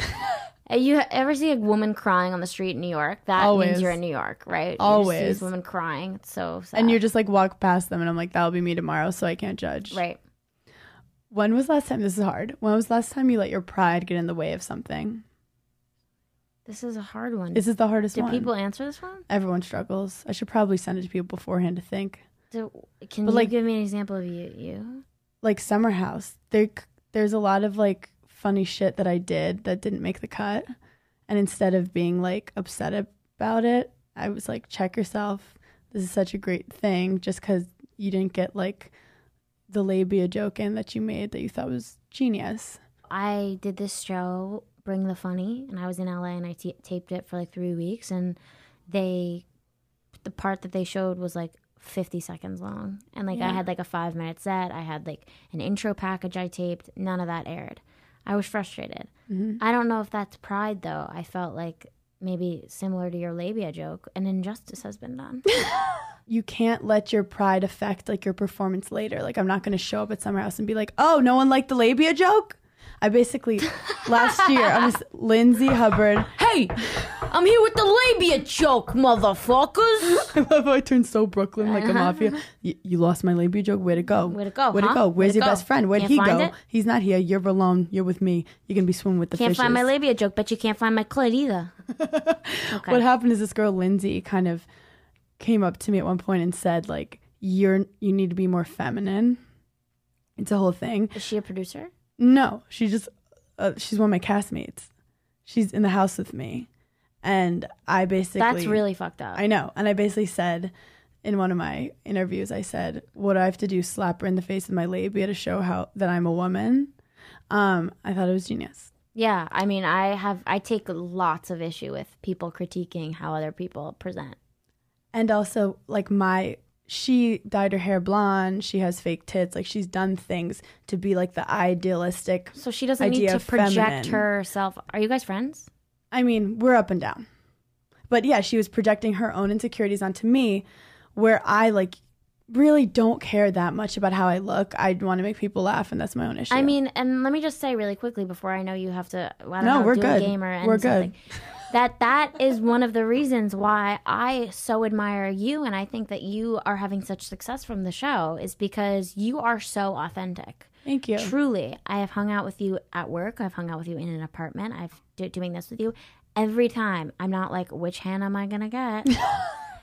[SPEAKER 2] Uh, you ever see a woman crying on the street in New York? That
[SPEAKER 1] Always.
[SPEAKER 2] means you're in New York, right? You
[SPEAKER 1] Always.
[SPEAKER 2] just see women crying. It's so sad.
[SPEAKER 1] And you're just like walk past them, and I'm like, that'll be me tomorrow, so I can't judge.
[SPEAKER 2] right.
[SPEAKER 1] When was last time? This is hard. When was last time you let your pride get in the way of something?
[SPEAKER 2] This is a hard one.
[SPEAKER 1] This is the hardest
[SPEAKER 2] Did
[SPEAKER 1] one.
[SPEAKER 2] people answer this one?
[SPEAKER 1] Everyone struggles. I should probably send it to people beforehand to think.
[SPEAKER 2] Do, can
[SPEAKER 1] But,
[SPEAKER 2] you
[SPEAKER 1] like-
[SPEAKER 2] give me an example of you? You?
[SPEAKER 1] Like Summer House, there, there's a lot of like funny shit that I did that didn't make the cut, and instead of being like upset about it, I was like, check yourself. This is such a great thing, just because you didn't get like the labia joke in that you made that you thought was genius.
[SPEAKER 2] I did this show, Bring the Funny, and I was in LA and I t- taped it for like three weeks. And they, the part that they showed was like 50 seconds long. And like I had like a five minute set, I had like an intro package I taped. None of that aired. I was frustrated. I don't know if that's pride though. I felt like maybe similar to your labia joke, an injustice has been done.
[SPEAKER 1] You can't let your pride affect like your performance later. Like I'm not going to show up at Summer House and be like, "Oh, no one liked the labia joke." I basically last year I was Lindsay Hubbard.
[SPEAKER 2] hey, I'm here with the labia joke, motherfuckers.
[SPEAKER 1] I love how I turned so Brooklyn like a mafia. You, you lost my labia joke. Way to go.
[SPEAKER 2] Way to Uh-huh. go,
[SPEAKER 1] Way
[SPEAKER 2] huh?
[SPEAKER 1] to go. Where's
[SPEAKER 2] Way to
[SPEAKER 1] your
[SPEAKER 2] go.
[SPEAKER 1] best friend? Where'd
[SPEAKER 2] Can't
[SPEAKER 1] he
[SPEAKER 2] find
[SPEAKER 1] go?
[SPEAKER 2] it?
[SPEAKER 1] He's not here. You're alone. You're with me. You're gonna be swimming with the
[SPEAKER 2] Can't
[SPEAKER 1] fishes.
[SPEAKER 2] find my labia joke, but you can't find my clit either. Okay.
[SPEAKER 1] what happened is this girl Lindsay kind of came up to me at one point and said like you're you need to be more feminine. It's a whole thing.
[SPEAKER 2] Is she a producer?
[SPEAKER 1] No, she just uh, she's one of my castmates. She's in the house with me, and I basically
[SPEAKER 2] That's really fucked up.
[SPEAKER 1] I know, and I basically said in one of my interviews I said what do I have to do slap her in the face with my labia to show how that I'm a woman. Um, I thought it was genius.
[SPEAKER 2] yeah, I mean, I have I take lots of issue with people critiquing how other people present.
[SPEAKER 1] and also like my she dyed her hair blonde she has fake tits like she's done things to be like the idealistic
[SPEAKER 2] So she doesn't
[SPEAKER 1] Idea
[SPEAKER 2] need to
[SPEAKER 1] of
[SPEAKER 2] project
[SPEAKER 1] feminine.
[SPEAKER 2] herself. Are you guys friends?
[SPEAKER 1] i mean we're up and down but yeah she was projecting her own insecurities onto me where i like really don't care that much about how i look i want to make people laugh and that's my own issue
[SPEAKER 2] I mean, and let me just say really quickly before I know you have to. I don't
[SPEAKER 1] No,
[SPEAKER 2] know,
[SPEAKER 1] we're
[SPEAKER 2] do
[SPEAKER 1] good.
[SPEAKER 2] A game or end
[SPEAKER 1] We're good.
[SPEAKER 2] something, That that is one of the reasons why I so admire you, and I think that you are having such success from the show is because you are so authentic.
[SPEAKER 1] thank you
[SPEAKER 2] Truly, I have hung out with you at work. I've hung out with you in an apartment. I've do- doing this with you every time. I'm not like, which hand am I gonna get?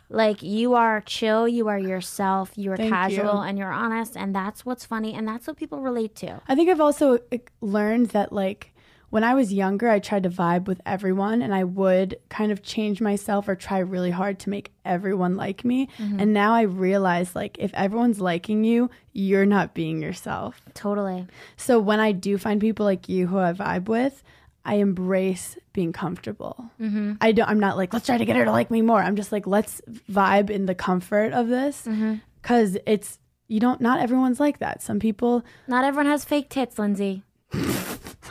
[SPEAKER 2] like you are chill. You are yourself. You are
[SPEAKER 1] Thank
[SPEAKER 2] casual
[SPEAKER 1] you.
[SPEAKER 2] and you're honest, and that's what's funny, and that's what people relate to.
[SPEAKER 1] I think I've also like, learned that like when I was younger, I tried to vibe with everyone and I would kind of change myself or try really hard to make everyone like me.
[SPEAKER 2] Mm-hmm.
[SPEAKER 1] And now I realize like if everyone's liking you, you're not being yourself.
[SPEAKER 2] Totally.
[SPEAKER 1] So when I do find people like you who I vibe with, I embrace being comfortable. Mm-hmm. I don't. I'm not like let's try to get her to like me more. I'm just like let's vibe in the comfort of this
[SPEAKER 2] Mm-hmm.
[SPEAKER 1] because it's you don't. Not everyone's like that. Some people
[SPEAKER 2] Not everyone has fake tits, Lindsay.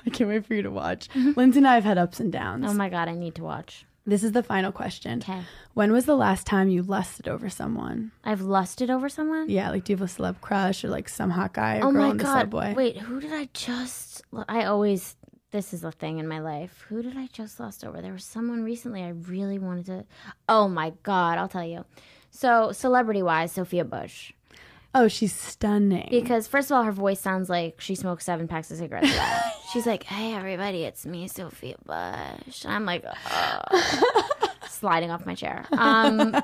[SPEAKER 1] I can't wait for you to watch. Lindsay and I have had ups and downs.
[SPEAKER 2] Mm-hmm. Oh my god, I need to watch.
[SPEAKER 1] this is the final question.
[SPEAKER 2] Okay.
[SPEAKER 1] When was the last time you lusted over someone?
[SPEAKER 2] I've lusted over someone.
[SPEAKER 1] Yeah, like do you have a celeb crush or like some hot guy or
[SPEAKER 2] oh
[SPEAKER 1] girl
[SPEAKER 2] my
[SPEAKER 1] on the
[SPEAKER 2] god.
[SPEAKER 1] subway?
[SPEAKER 2] Wait, who did I just? I always. This is a thing in my life. Who did I just lust over? There was someone recently I really wanted to. Oh my god, I'll tell you. So celebrity wise, Sophia Bush.
[SPEAKER 1] Oh, she's stunning.
[SPEAKER 2] Because first of all, her voice sounds like she smokes seven packs of cigarettes. a day. She's like, "Hey everybody, it's me, Sophia Bush." And I'm like, "Ugh," sliding off my chair. Um,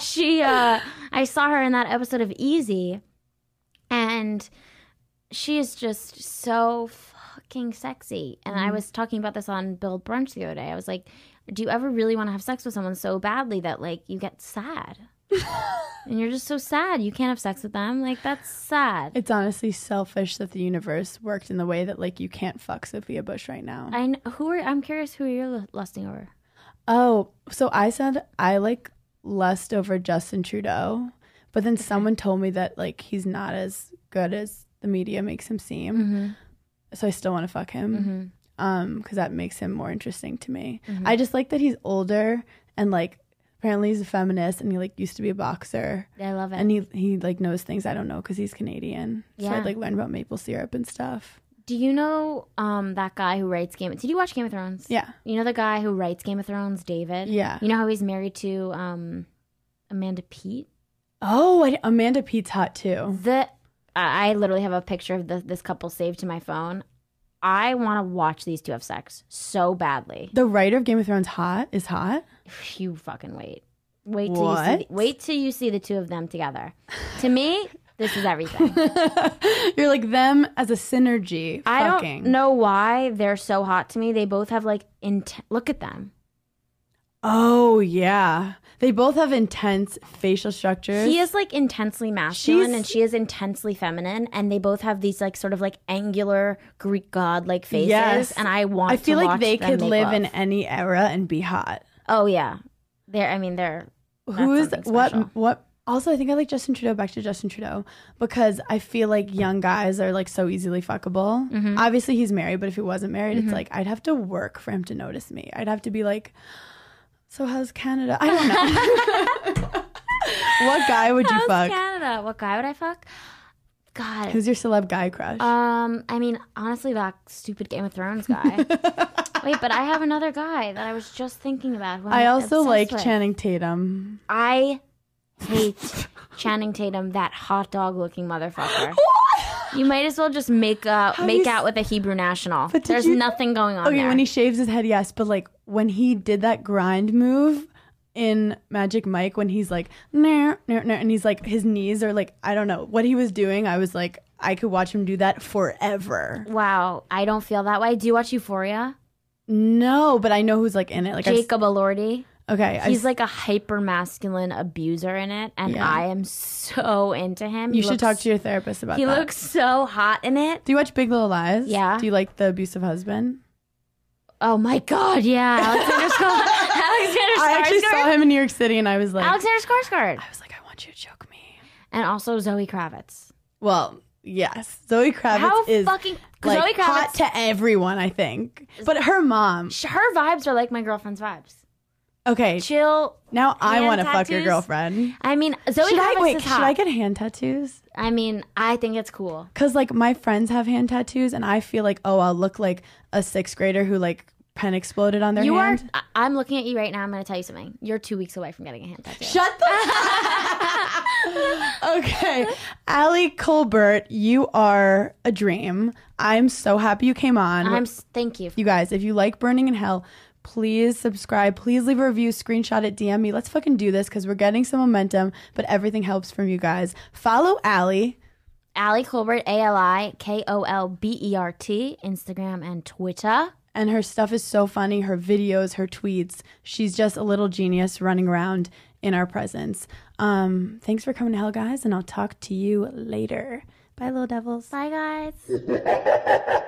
[SPEAKER 2] she, uh, I saw her in that episode of Easy, and she is just so fucking sexy. And
[SPEAKER 1] Mm-hmm.
[SPEAKER 2] I was talking about this on Build Brunch the other day. I was like, "Do you ever really want to have sex with someone so badly that like you get sad?" and you're just so sad you can't have sex with them like that's sad
[SPEAKER 1] it's honestly selfish that the universe worked in the way that like you can't fuck Sophia Bush right now.
[SPEAKER 2] i kn- who are i'm curious who you're lu- lusting over
[SPEAKER 1] oh, so I said I like lust over Justin Trudeau, but then someone told me that like he's not as good as the media makes him seem.
[SPEAKER 2] Mm-hmm.
[SPEAKER 1] So I still want to fuck him.
[SPEAKER 2] Mhm.
[SPEAKER 1] um because that makes him more interesting to me
[SPEAKER 2] Mm-hmm.
[SPEAKER 1] i just like that he's older and like apparently he's a feminist and he like used to be a boxer
[SPEAKER 2] i love it
[SPEAKER 1] and he he like knows things i don't know because he's canadian so
[SPEAKER 2] Yeah.
[SPEAKER 1] i like learn about maple syrup and stuff
[SPEAKER 2] do you know um that guy who writes game did you watch game of thrones
[SPEAKER 1] yeah
[SPEAKER 2] you know the guy who writes game of thrones david
[SPEAKER 1] Yeah.
[SPEAKER 2] you know how he's married to um amanda pete
[SPEAKER 1] oh I, amanda pete's hot too
[SPEAKER 2] the i I literally have a picture of this, this couple saved to my phone i want to watch these two have sex so badly
[SPEAKER 1] the writer of game of thrones hot is hot
[SPEAKER 2] you fucking wait. Wait till you see
[SPEAKER 1] What?
[SPEAKER 2] the, wait till you see the two of them together. to me, this is everything.
[SPEAKER 1] you're like them as a synergy
[SPEAKER 2] I
[SPEAKER 1] fucking.
[SPEAKER 2] don't know why they're so hot to me. They both have like int- look at them.
[SPEAKER 1] Oh yeah, they both have intense facial structures.
[SPEAKER 2] He is like intensely masculine
[SPEAKER 1] She's-
[SPEAKER 2] and she is intensely feminine, and they both have these like sort of like angular Greek god like faces.
[SPEAKER 1] Yes.
[SPEAKER 2] and I want.
[SPEAKER 1] I feel
[SPEAKER 2] to
[SPEAKER 1] like
[SPEAKER 2] watch
[SPEAKER 1] they
[SPEAKER 2] them
[SPEAKER 1] could
[SPEAKER 2] make
[SPEAKER 1] live
[SPEAKER 2] love.
[SPEAKER 1] in any era and be hot.
[SPEAKER 2] Oh yeah, they're. I mean, they're. not
[SPEAKER 1] Who is
[SPEAKER 2] something
[SPEAKER 1] what?
[SPEAKER 2] special.
[SPEAKER 1] What? Also, I think I like Justin Trudeau. Back to Justin Trudeau because I feel like young guys are like so easily fuckable.
[SPEAKER 2] Mm-hmm.
[SPEAKER 1] Obviously, he's married, but if he wasn't married, it's like I'd have to work for him to notice me. I'd have to be like, "So how's Canada?" I don't know. what guy would you
[SPEAKER 2] How's
[SPEAKER 1] fuck?
[SPEAKER 2] Canada? What guy would I fuck? God.
[SPEAKER 1] Who's your celeb guy crush?
[SPEAKER 2] um, I mean, honestly, that stupid Game of Thrones guy. Wait, but I have another guy that I was just thinking about. who I'm
[SPEAKER 1] I also
[SPEAKER 2] obsessed
[SPEAKER 1] like
[SPEAKER 2] with.
[SPEAKER 1] Channing Tatum.
[SPEAKER 2] I hate Channing Tatum, that hot dog looking motherfucker. You might as well just make out
[SPEAKER 1] How
[SPEAKER 2] make
[SPEAKER 1] you s-
[SPEAKER 2] out with a Hebrew national.
[SPEAKER 1] But did
[SPEAKER 2] There's
[SPEAKER 1] you-
[SPEAKER 2] nothing going on
[SPEAKER 1] Okay,
[SPEAKER 2] there.
[SPEAKER 1] when he shaves his head, yes, but like when he did that grind move in Magic Mike, when he's like, nah, nah, nah, and he's like, his knees are like, I don't know what he was doing. I was like, I could watch him do that forever.
[SPEAKER 2] wow, I don't feel that way. Do you watch Euphoria?
[SPEAKER 1] No, but I know who's like in it. Like, I've-
[SPEAKER 2] Jacob Elordi.
[SPEAKER 1] okay, I've-
[SPEAKER 2] He's like a hyper masculine abuser in it, and
[SPEAKER 1] Yeah.
[SPEAKER 2] I am so into him.
[SPEAKER 1] you should talk to your therapist about
[SPEAKER 2] He
[SPEAKER 1] that.
[SPEAKER 2] looks so hot in it.
[SPEAKER 1] do you watch Big Little Lies?
[SPEAKER 2] Yeah.
[SPEAKER 1] Do you like the abusive husband?
[SPEAKER 2] Oh my god, yeah, Alexander Skarsgård. Alexander Skarsgård.
[SPEAKER 1] I actually saw him in New York City, and I was like,
[SPEAKER 2] Alexander Skarsgård,
[SPEAKER 1] I was like, I want you to choke me.
[SPEAKER 2] and also Zoe Kravitz.
[SPEAKER 1] Well, yes, Zoe Kravitz
[SPEAKER 2] How
[SPEAKER 1] is
[SPEAKER 2] fucking
[SPEAKER 1] like
[SPEAKER 2] Zoe Kravitz?
[SPEAKER 1] hot to everyone, I think. But her mom.
[SPEAKER 2] Sh- her vibes are like my girlfriend's vibes.
[SPEAKER 1] Okay,
[SPEAKER 2] Chill.
[SPEAKER 1] now I
[SPEAKER 2] hand
[SPEAKER 1] want to fuck your
[SPEAKER 2] tattoos?
[SPEAKER 1] girlfriend.
[SPEAKER 2] I mean, Zoe
[SPEAKER 1] should
[SPEAKER 2] Kravitz
[SPEAKER 1] I wait?
[SPEAKER 2] is
[SPEAKER 1] Should
[SPEAKER 2] hot.
[SPEAKER 1] I get hand tattoos?
[SPEAKER 2] I mean, I think it's cool.
[SPEAKER 1] Cause like my friends have hand tattoos, and I feel like oh, I'll look like a sixth grader who like pen exploded on their
[SPEAKER 2] you
[SPEAKER 1] hand.
[SPEAKER 2] are. I- I'm looking at you right now. I'm going to tell you something. You're two weeks away from getting a hand tattoo.
[SPEAKER 1] Shut the. okay, Allie Colbert, you are a dream. I'm so happy you came on.
[SPEAKER 2] I'm. s- Thank you.
[SPEAKER 1] You guys, if you like Burning in Hell, please subscribe. Please leave a review, screenshot it, DM me. Let's fucking do this because we're getting some momentum, but everything helps from you guys. Follow Allie.
[SPEAKER 2] Allie Colbert, A L I K O L B E R T, Instagram and Twitter.
[SPEAKER 1] And her stuff is so funny. Her videos, her tweets. She's just a little genius running around in our presence. Um, thanks for coming to hell, guys, and I'll talk to you later. Bye, little devils.
[SPEAKER 2] Bye, guys.